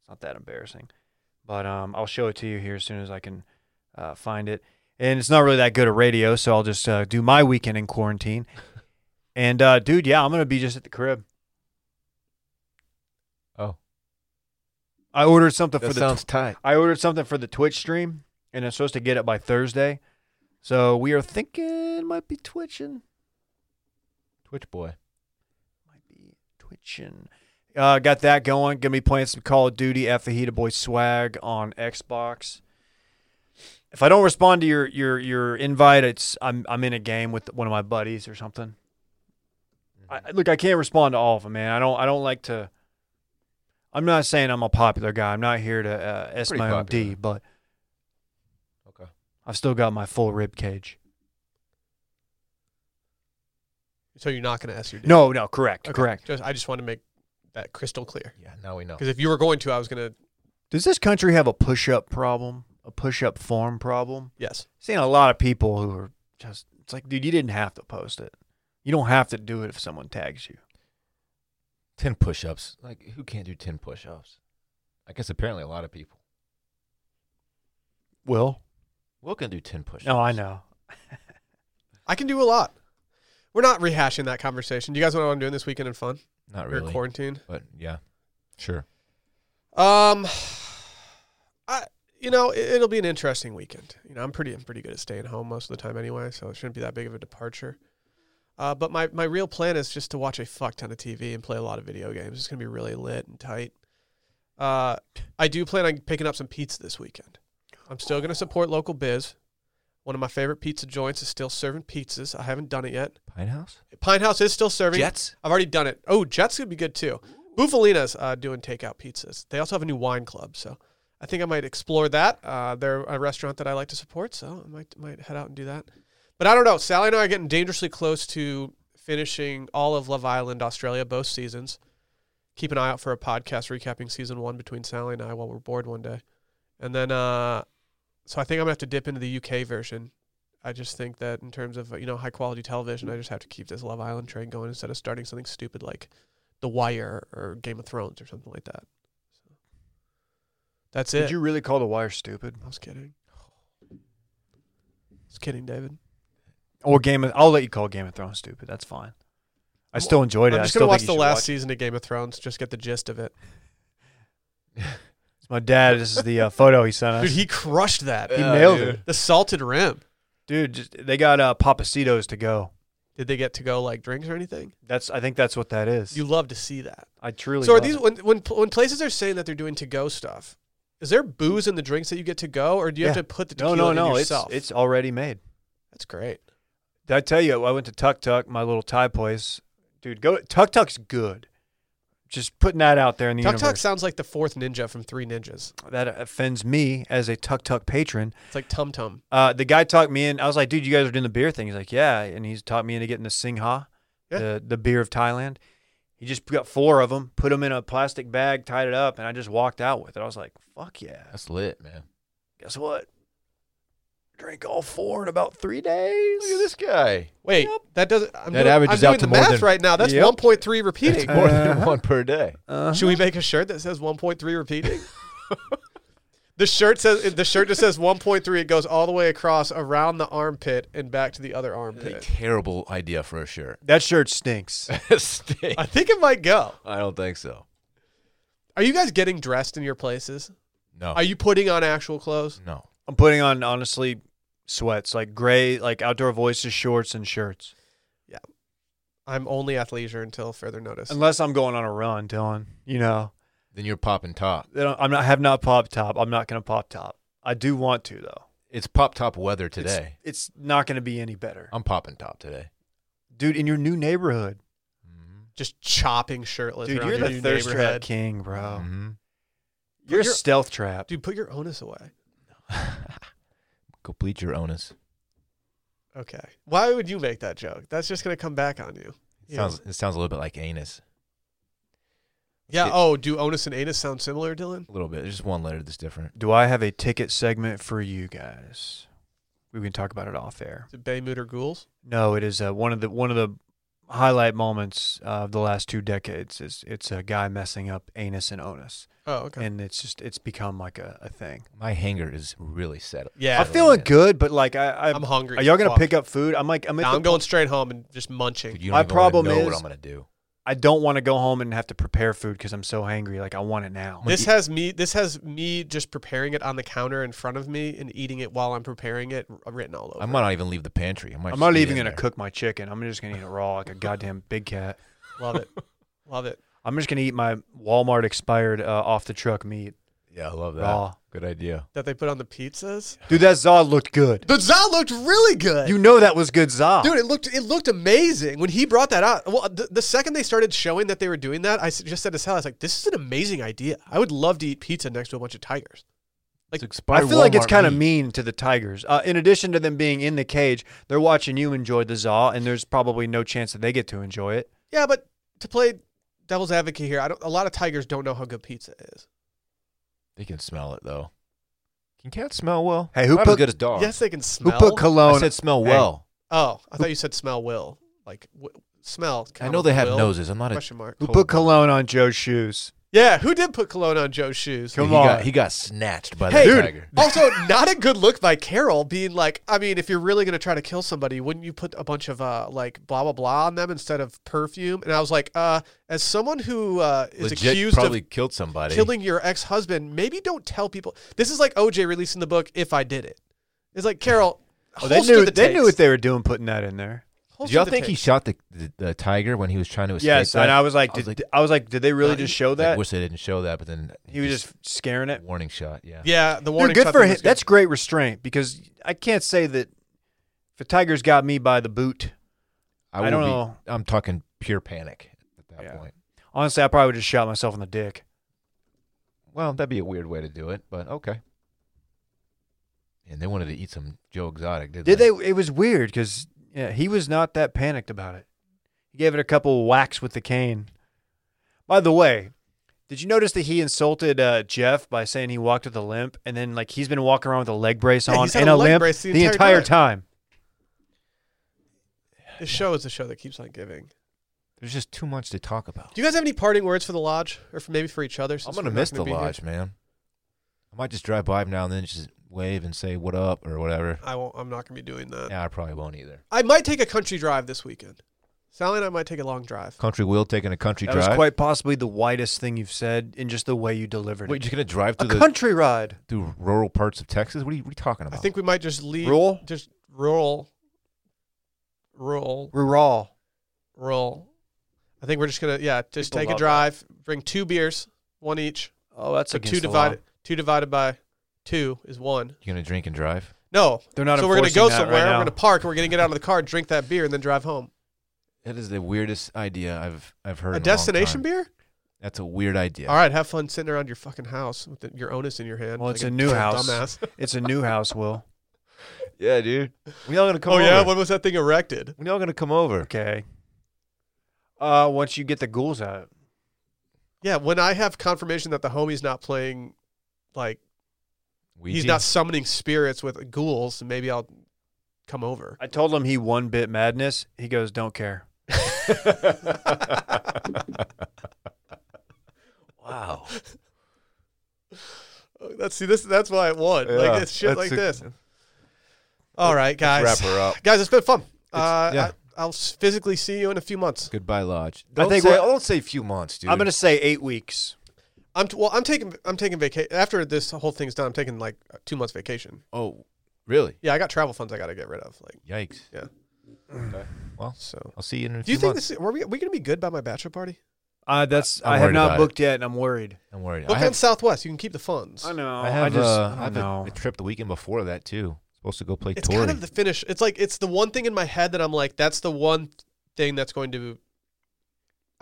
Speaker 3: It's not that embarrassing, but um, I'll show it to you here as soon as I can uh, find it. And it's not really that good at radio, so I'll just uh, do my weekend in quarantine. And uh, dude, yeah, I'm gonna be just at the crib.
Speaker 2: Oh,
Speaker 3: I ordered something for
Speaker 2: that
Speaker 3: the
Speaker 2: sounds tight.
Speaker 3: I ordered something for the Twitch stream, and I'm supposed to get it by Thursday. So we are thinking might be twitching,
Speaker 2: Twitch boy.
Speaker 3: might be twitching. Uh, got that going. Gonna be playing some Call of Duty at Fajita Boy Swag on Xbox. If I don't respond to your your your invite, it's I'm I'm in a game with one of my buddies or something. I,
Speaker 2: Mm-hmm.
Speaker 3: I- look, I can't respond to all of them, man. I don't I don't like to. I'm not saying I'm a popular guy. I'm not here to uh, s
Speaker 2: Pretty
Speaker 3: my own d,
Speaker 2: popular.
Speaker 3: but
Speaker 2: Okay.
Speaker 3: I've still got my full rib cage.
Speaker 1: So you're not going to ask your dad.
Speaker 3: No, no, correct,
Speaker 1: Okay.
Speaker 3: correct.
Speaker 1: Just, I just want to make that crystal clear.
Speaker 2: Yeah, now we know.
Speaker 1: Because if you were going to, I was going to.
Speaker 3: Does this country have a push-up problem? A push-up form problem?
Speaker 1: Yes.
Speaker 3: Seeing a lot of people who are just it's like, dude, you didn't have to post it. You don't have to do it if someone tags you.
Speaker 2: Ten push-ups. Like who can't do ten push-ups? I guess apparently a lot of people.
Speaker 3: Will?
Speaker 2: Will can do ten push-ups.
Speaker 3: No, Oh, I know.
Speaker 1: I can do a lot. We're not rehashing that conversation. Do you guys know what I'm doing this weekend in fun?
Speaker 2: Not
Speaker 1: We're
Speaker 2: really.
Speaker 1: quarantined.
Speaker 2: But yeah, sure.
Speaker 1: Um, *sighs* I you know it, it'll be an interesting weekend. You know I'm pretty I'm pretty good at staying home most of the time anyway, so it shouldn't be that big of a departure. Uh, but my my real plan is just to watch a fuck ton of TV and play a lot of video games. It's gonna be really lit and tight. Uh, I do plan on picking up some pizza this weekend. I'm still gonna support local biz. One of my favorite pizza joints is still serving pizzas. I haven't done it yet.
Speaker 2: Pine House.
Speaker 1: Pine House is still serving.
Speaker 2: Jets.
Speaker 1: I've already done it. Oh, Jets would be good too. Bufalina's uh, doing takeout pizzas. They also have a new wine club, so I think I might explore that. Uh, they're a restaurant that I like to support, so I might might head out and do that. But I don't know. Sally and I are getting dangerously close to finishing all of Love Island Australia, both seasons. Keep an eye out for a podcast recapping season one between Sally and I while we're bored one day, and then uh, so I think I'm gonna have to dip into the UK version. I just think that in terms of you know high quality television, I just have to keep this Love Island train going instead of starting something stupid like The Wire or Game of Thrones or something like that. So that's it.
Speaker 3: Did you really call the wire stupid?
Speaker 1: I was kidding. I was kidding, David.
Speaker 3: Or Game of? I'll let you call Game of Thrones stupid. That's fine. I still enjoyed it.
Speaker 1: I'm
Speaker 3: I
Speaker 1: just
Speaker 3: still
Speaker 1: gonna watch
Speaker 3: think you
Speaker 1: the
Speaker 3: should
Speaker 1: last
Speaker 3: watch it.
Speaker 1: season of Game of Thrones. Just get the gist of it.
Speaker 3: My dad. This is *laughs* the uh, photo he sent us.
Speaker 1: Dude, he crushed that.
Speaker 3: He nailed it.
Speaker 1: The salted rim.
Speaker 3: Dude, just, they got uh, Papacitos to go.
Speaker 1: Did they get to go like drinks or anything?
Speaker 3: That's. I think that's what that is.
Speaker 1: You love to see that.
Speaker 3: I truly.
Speaker 1: so are
Speaker 3: love
Speaker 1: these
Speaker 3: it.
Speaker 1: when, when when places are saying that they're doing to go stuff? Is there booze in the drinks that you get to go, or do you have
Speaker 3: Yeah.
Speaker 1: to put the
Speaker 3: No,
Speaker 1: tequila
Speaker 3: no,
Speaker 1: in
Speaker 3: no. It's
Speaker 1: yourself?
Speaker 3: it's already made.
Speaker 1: That's great.
Speaker 3: Did I tell you I went to Tuck Tuck, my little Thai place? Dude, go Tuck Tuck's good. Just putting that out there in the
Speaker 1: Tuk Tuk
Speaker 3: universe.
Speaker 1: sounds like the fourth ninja from Three Ninjas.
Speaker 3: that offends me as a Tuck Tuck patron.
Speaker 1: It's like Tum Tum.
Speaker 3: Uh, the guy talked me in. I was like, dude, you guys are doing the beer thing. He's like, yeah, and he's taught me into getting the Singha,
Speaker 1: Yeah.
Speaker 3: the the beer of Thailand. He just got four of them, put them in a plastic bag, tied it up, and I just walked out with it. I was like, fuck yeah.
Speaker 2: That's lit, man.
Speaker 3: Guess what? Drank all four in about three days.
Speaker 2: Look at this guy.
Speaker 1: Wait,
Speaker 3: Yep.
Speaker 1: that doesn't. I'm
Speaker 2: That
Speaker 1: doing,
Speaker 2: averages
Speaker 1: I'm
Speaker 2: out
Speaker 1: doing
Speaker 2: to
Speaker 1: the
Speaker 2: more
Speaker 1: math
Speaker 2: than-
Speaker 1: right now. That's
Speaker 3: Yep.
Speaker 1: 1.3 repeating.
Speaker 2: That's more than
Speaker 3: Uh-huh.
Speaker 2: one per day.
Speaker 3: Uh-huh.
Speaker 1: Should we make a shirt that says 1.3 repeating? *laughs* the shirt says the shirt just says 1.3. It goes all the way across around the armpit and back to the other armpit.
Speaker 2: Terrible idea for a shirt. *laughs*
Speaker 3: That shirt stinks.
Speaker 2: Stink.
Speaker 1: I think it might go.
Speaker 2: I don't think so.
Speaker 1: Are you guys getting dressed in your places?
Speaker 2: No.
Speaker 1: Are you putting on actual clothes?
Speaker 2: no.
Speaker 3: I'm putting on honestly sweats, like gray, like outdoor voices shorts and shirts.
Speaker 1: I'm only athleisure until further notice.
Speaker 3: Unless I'm going on a run, Dylan. You know,
Speaker 2: Then you're popping top.
Speaker 3: They don't- I'm not have not pop top. I'm not gonna pop top. I do want to though.
Speaker 2: It's pop top weather
Speaker 3: It's-
Speaker 2: today.
Speaker 3: it's, not gonna be any better,
Speaker 2: I'm popping top today.
Speaker 3: dude. In your new neighborhood,
Speaker 1: Just chopping shirtless.
Speaker 3: dude,
Speaker 1: around
Speaker 3: you're
Speaker 1: your
Speaker 3: the
Speaker 1: new
Speaker 3: thirst trap
Speaker 1: neighborhood.
Speaker 3: king, bro.
Speaker 1: Oh.
Speaker 2: Mm-hmm.
Speaker 3: You're, a
Speaker 1: You're-
Speaker 3: stealth trap.
Speaker 1: Dude, put your onus away.
Speaker 2: Go bleach your onus.
Speaker 1: Okay. Why would you make that joke? That's just gonna come back on you. Yeah.
Speaker 2: Sounds it sounds a little bit like anus.
Speaker 1: yeah.
Speaker 2: it-
Speaker 1: Oh, do onus and anus sound similar, Dylan?
Speaker 2: A little bit. There's just one letter that's different.
Speaker 3: Do I have a ticket segment for you guys? We can talk about it off air.
Speaker 1: Is it Baymut or ghouls?
Speaker 3: No, it is uh, one of the one of the highlight moments of the last two decades. Is it's a guy messing up anus and onus,
Speaker 1: Oh, okay.
Speaker 3: and it's just it's become like a, a thing.
Speaker 2: My hanger is really set up.
Speaker 1: yeah.
Speaker 3: I'm feeling good, but like I, I
Speaker 1: I'm hungry.
Speaker 3: Are y'all gonna
Speaker 1: Fuck.
Speaker 3: pick up food? I'm like I'm. At
Speaker 1: Nah,
Speaker 3: the
Speaker 1: I'm going
Speaker 3: point-
Speaker 1: straight home and just
Speaker 2: Dude,
Speaker 1: munching.
Speaker 2: you
Speaker 3: My
Speaker 2: don't even wanna
Speaker 3: problem
Speaker 2: know
Speaker 3: is-
Speaker 2: what I'm gonna do.
Speaker 3: I don't want to go home and have to prepare food because I'm so hangry. Like I want it now.
Speaker 1: This has me. This has me just preparing it on the counter in front of me and eating it while I'm preparing it, r- written all over.
Speaker 2: I might not even leave the pantry. I might
Speaker 3: I'm
Speaker 2: just
Speaker 3: not
Speaker 2: eat
Speaker 3: even
Speaker 2: in
Speaker 3: gonna
Speaker 2: there.
Speaker 3: cook my chicken. I'm just gonna eat it raw like a goddamn big cat.
Speaker 1: *laughs* Love it. Love it.
Speaker 3: I'm just gonna eat my Walmart expired uh, off the truck meat
Speaker 2: Yeah, I love that.
Speaker 3: raw.
Speaker 2: Good idea.
Speaker 1: That they put on the pizzas.
Speaker 3: Dude, that za looked good.
Speaker 1: The za looked really good.
Speaker 3: You know that was good za.
Speaker 1: *laughs* Dude, it looked it looked amazing when he brought that out. Well, the, the second they started showing that they were doing that, I s- just said to Sal, "I was like, this is an amazing idea. I would love to eat pizza next to a bunch of tigers." Like,
Speaker 2: It's
Speaker 3: I
Speaker 2: expired
Speaker 3: feel like it's
Speaker 2: Walmart
Speaker 3: kind of
Speaker 2: meat.
Speaker 3: mean to the Tigers. Uh, in addition to them being in the cage, they're watching you enjoy the Zaw, and there's probably no chance that they get to enjoy it.
Speaker 1: Yeah, but to play devil's advocate here, I don't, a lot of tigers don't know how good pizza is.
Speaker 2: They can smell it though. Can cats smell well?
Speaker 3: Hey, who
Speaker 2: Not
Speaker 3: put-
Speaker 2: as good as dogs?
Speaker 1: Yes, they can
Speaker 3: Who
Speaker 1: smell.
Speaker 3: put
Speaker 2: I
Speaker 3: cologne?
Speaker 2: said smell
Speaker 3: Hey.
Speaker 2: well.
Speaker 1: oh, I thought you said smell will like w- smell.
Speaker 2: I know they have
Speaker 1: will?
Speaker 2: noses. I'm not a
Speaker 1: Question mark.
Speaker 3: who put cologne on Joe's shoes?
Speaker 1: Yeah, who did put cologne on Joe's shoes?
Speaker 3: Come
Speaker 2: he
Speaker 3: on.
Speaker 2: Got, he got snatched by
Speaker 1: Hey,
Speaker 2: the
Speaker 1: dude.
Speaker 2: tiger.
Speaker 1: *laughs* also, not a good look by Carol being like, I mean, if you're really gonna try to kill somebody, wouldn't you put a bunch of uh like blah blah blah on them instead of perfume? And I was like, uh, as someone who uh, is
Speaker 2: Legit
Speaker 1: accused
Speaker 2: probably
Speaker 1: of
Speaker 2: killed somebody.
Speaker 1: killing your ex husband, maybe don't tell people. This is like OJ releasing the book. If I did it, it's like Carol.
Speaker 3: Oh, they
Speaker 1: holster
Speaker 3: knew
Speaker 1: the
Speaker 3: they
Speaker 1: tapes.
Speaker 3: knew what they were doing putting that in there.
Speaker 2: Did
Speaker 1: Holster
Speaker 2: y'all
Speaker 1: the
Speaker 2: think he
Speaker 1: tapes.
Speaker 2: shot the, the, the tiger when he was trying to escape?
Speaker 3: Yes,
Speaker 2: that?
Speaker 3: and I was like, did, I was like, did they really
Speaker 2: "Nah,
Speaker 3: just
Speaker 2: he-
Speaker 3: show
Speaker 2: like,
Speaker 3: that?
Speaker 2: wish they didn't show that, but then
Speaker 3: he was just scaring it.
Speaker 2: warning shot. Yeah.
Speaker 1: Yeah, the
Speaker 3: Dude,
Speaker 1: warning.
Speaker 3: good
Speaker 1: shot
Speaker 3: for
Speaker 1: thing
Speaker 3: him.
Speaker 1: was good.
Speaker 3: That's great restraint because I can't say that if a tiger's got me by the boot. I
Speaker 2: will
Speaker 3: don't
Speaker 2: be-
Speaker 3: know.
Speaker 2: I'm talking pure panic at that
Speaker 3: Yeah.
Speaker 2: point.
Speaker 3: Honestly, I probably would just shot myself in the dick.
Speaker 2: Well, that'd be a weird way to do it, but okay. And they wanted to eat some Joe Exotic, didn't
Speaker 3: Did they? It was weird because yeah, he was not that panicked about it. He gave it a couple whacks with the cane. By the way, did you notice that he insulted uh, Jeff by saying he walked with a limp, and then like he's been walking around with a leg brace
Speaker 1: Yeah,
Speaker 3: on
Speaker 1: he's had
Speaker 3: and
Speaker 1: a
Speaker 3: a
Speaker 1: leg
Speaker 3: limp
Speaker 1: brace
Speaker 3: the, entire, time.
Speaker 1: This show is a show that keeps on giving.
Speaker 2: There's just too much to talk about.
Speaker 1: Do you guys have any parting words for the lodge, or for maybe for each other?
Speaker 2: I'm
Speaker 1: since
Speaker 2: gonna
Speaker 1: we're not
Speaker 2: miss the
Speaker 1: be here?
Speaker 2: lodge, man. I might just drive by now and then, just wave and say what up or whatever.
Speaker 3: Uh,
Speaker 1: I won't. I'm not gonna be doing that.
Speaker 2: Yeah, I probably won't either.
Speaker 1: I might take a country drive this weekend. Sally and I might take a long drive.
Speaker 2: Country Will taking a country
Speaker 3: That
Speaker 2: drive.
Speaker 3: was quite possibly the whitest thing you've said in just the way you delivered
Speaker 2: Wait,
Speaker 3: it.
Speaker 2: you're gonna drive
Speaker 3: A
Speaker 2: through the
Speaker 3: country ride.
Speaker 2: through rural parts of Texas? What are you, what are you talking
Speaker 1: I
Speaker 2: about?
Speaker 1: think we might just leave.
Speaker 3: Rural?
Speaker 1: Just rural. Rural.
Speaker 3: Rural.
Speaker 1: Rural. I think we're just gonna yeah, just
Speaker 3: People
Speaker 1: take a
Speaker 3: love that.
Speaker 1: drive, bring two beers, one each.
Speaker 3: Oh, that's
Speaker 1: So
Speaker 3: a
Speaker 1: two divided two divided by two is one.
Speaker 2: you're gonna drink and drive.
Speaker 1: No.
Speaker 3: They're not
Speaker 1: so we're gonna
Speaker 3: enforcing
Speaker 1: go
Speaker 3: that right
Speaker 1: somewhere.
Speaker 3: now.
Speaker 1: we're gonna park. We're gonna get out of the car, drink that beer, and then drive home.
Speaker 2: That is the weirdest idea I've I've heard.
Speaker 1: a
Speaker 2: in long
Speaker 1: destination
Speaker 2: time.
Speaker 1: beer?
Speaker 2: That's a weird idea.
Speaker 1: All right. Have fun sitting around your fucking house with the, your onus in your hand.
Speaker 3: Well, it's a new
Speaker 1: *laughs*
Speaker 3: house.
Speaker 1: Dumbass.
Speaker 3: It's a new house, Will.
Speaker 2: Yeah, dude. When y'all gonna come
Speaker 1: oh
Speaker 2: over?
Speaker 1: yeah. When was that thing erected?
Speaker 2: when y'all gonna come over?
Speaker 3: Okay. Uh, once you get the ghouls out.
Speaker 1: Yeah. When I have confirmation that the homie's not playing, like. he's
Speaker 2: Ouija? *laughs*
Speaker 1: not summoning spirits with ghouls. Maybe I'll come over.
Speaker 3: I told him he one bit madness. He goes, don't care.
Speaker 2: *laughs* wow.
Speaker 1: Let's see. This Uh, that's why it won.
Speaker 2: Yeah,
Speaker 1: like it's shit
Speaker 2: that's
Speaker 1: like
Speaker 2: a-
Speaker 1: this. All right, guys.
Speaker 2: Wrap her up.
Speaker 1: Guys, it's been fun. Uh,
Speaker 2: yeah.
Speaker 1: I, I'll s- physically see you in a few months.
Speaker 2: Goodbye, lodge.
Speaker 3: I
Speaker 2: Don't
Speaker 3: think
Speaker 2: say,
Speaker 3: we're-
Speaker 2: don't say few months, dude.
Speaker 3: I'm gonna say eight weeks.
Speaker 1: I'm t- well. I'm taking. I'm taking vacation after this whole thing's done. I'm taking like a two months vacation.
Speaker 2: Oh, really?
Speaker 1: Yeah, I got travel funds I got to get rid of. Like
Speaker 2: Yikes.
Speaker 1: Yeah.
Speaker 2: Okay. Well,
Speaker 1: so.
Speaker 2: I'll see you in a
Speaker 1: Do
Speaker 2: few
Speaker 1: you think
Speaker 2: months.
Speaker 1: this? Were we, are we gonna be good by my bachelor party?
Speaker 3: Uh, that's
Speaker 2: I'm
Speaker 3: I have
Speaker 2: worried about
Speaker 3: not
Speaker 2: it.
Speaker 3: booked yet, and I'm worried.
Speaker 2: I'm worried.
Speaker 1: Book
Speaker 2: I
Speaker 1: on
Speaker 2: have,
Speaker 1: Southwest. You can keep the funds.
Speaker 3: I know.
Speaker 2: I
Speaker 3: I,
Speaker 2: have,
Speaker 3: just
Speaker 2: uh,
Speaker 3: I
Speaker 2: I have
Speaker 3: don't know.
Speaker 2: A, a trip the weekend before that too. Supposed to go play
Speaker 1: It's
Speaker 2: Tory.
Speaker 1: kind of the finish. It's like it's the one thing in my head that I'm like, that's the one thing that's going to.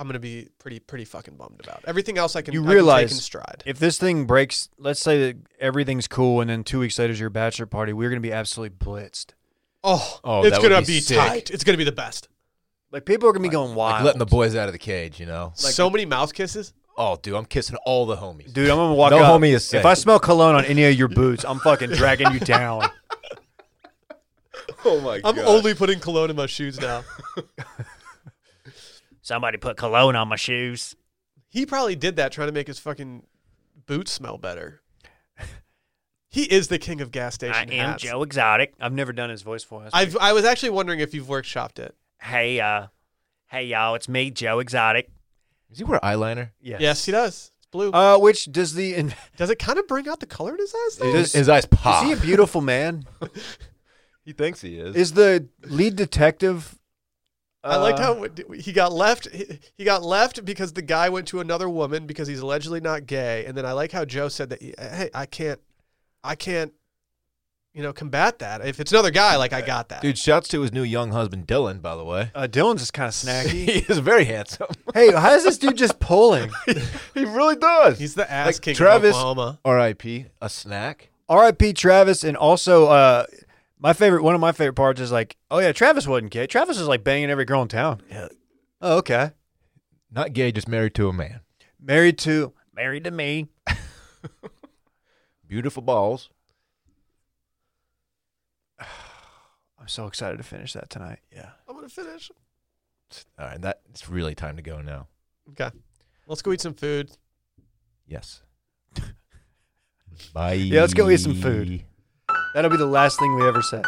Speaker 1: I'm gonna be pretty pretty fucking bummed about. Everything else I can
Speaker 3: You
Speaker 1: I can take
Speaker 3: realize-
Speaker 1: in stride.
Speaker 3: if this thing breaks, let's say that everything's cool, and then two weeks later is your bachelor party, we're gonna be absolutely blitzed.
Speaker 1: Oh,
Speaker 2: Oh,
Speaker 1: it's
Speaker 2: that would
Speaker 1: gonna
Speaker 2: be
Speaker 1: be,
Speaker 2: sick.
Speaker 1: tight. It's gonna be the best.
Speaker 3: Like people are gonna be going
Speaker 2: like
Speaker 3: wild.
Speaker 2: letting the boys out of the cage, you know.
Speaker 1: so many mouth kisses.
Speaker 2: Oh, dude, I'm kissing all the homies.
Speaker 3: Dude, I'm
Speaker 2: *laughs*
Speaker 3: gonna walk
Speaker 2: No
Speaker 3: up.
Speaker 2: homie is safe.
Speaker 3: If I smell cologne on any of your boots, I'm fucking dragging you
Speaker 2: *laughs*
Speaker 3: down.
Speaker 2: oh my
Speaker 1: I'm only putting cologne in my shoes now. *laughs*
Speaker 6: Somebody put cologne on my shoes.
Speaker 1: he probably did that trying to make his fucking boots smell
Speaker 2: *laughs*
Speaker 1: better. He is the king of gas station
Speaker 6: I am
Speaker 1: hats.
Speaker 6: Joe Exotic.
Speaker 3: I've never done his voice for us.
Speaker 1: I've, I was actually wondering if you've workshopped it.
Speaker 6: Hey, uh, hey y'all, it's me, Joe Exotic.
Speaker 2: Does he wear eyeliner?
Speaker 3: yes.
Speaker 1: Yes, he does. It's blue.
Speaker 3: Uh, which does
Speaker 1: *laughs*
Speaker 3: the in-
Speaker 1: does it kind of bring out the color in his eyes? Though?
Speaker 3: Does-
Speaker 2: His eyes
Speaker 3: is
Speaker 2: pop.
Speaker 3: he a beautiful man?
Speaker 2: he thinks he is.
Speaker 3: Is the lead detective?
Speaker 1: I liked
Speaker 3: uh,
Speaker 1: how w- he got left. He, he got left because the guy went to another woman because he's allegedly not gay. And then I like how Joe said that. Hey, I can't, I can't, you know, combat that. If it's another guy, like I got that.
Speaker 2: Dude, shouts to his new young husband Dylan, by the way.
Speaker 3: Uh, Dylan's just kind of
Speaker 1: *laughs*
Speaker 3: snaggy.
Speaker 2: *laughs* He is very handsome. *laughs*
Speaker 3: hey, how is this dude just pulling?
Speaker 2: he really does.
Speaker 1: he's the ass
Speaker 2: Like
Speaker 1: king
Speaker 2: Travis-
Speaker 1: of Oklahoma.
Speaker 2: R.I.P. A snack.
Speaker 3: R.I.P. Travis, and also uh, my favorite. One of my favorite parts is like, oh yeah, Travis wasn't gay. Travis was like banging every girl in town. Yeah. Oh okay.
Speaker 2: Not gay, just married to a man.
Speaker 3: Married to
Speaker 6: Married to me.
Speaker 2: Beautiful balls.
Speaker 3: I'm so excited to finish that tonight. Yeah.
Speaker 1: I'm gonna finish.
Speaker 2: All right, that it's really time to go now.
Speaker 1: Okay, let's go eat some food.
Speaker 2: Yes. *laughs* Bye.
Speaker 3: let's go eat some food. That'll be the last thing we ever said.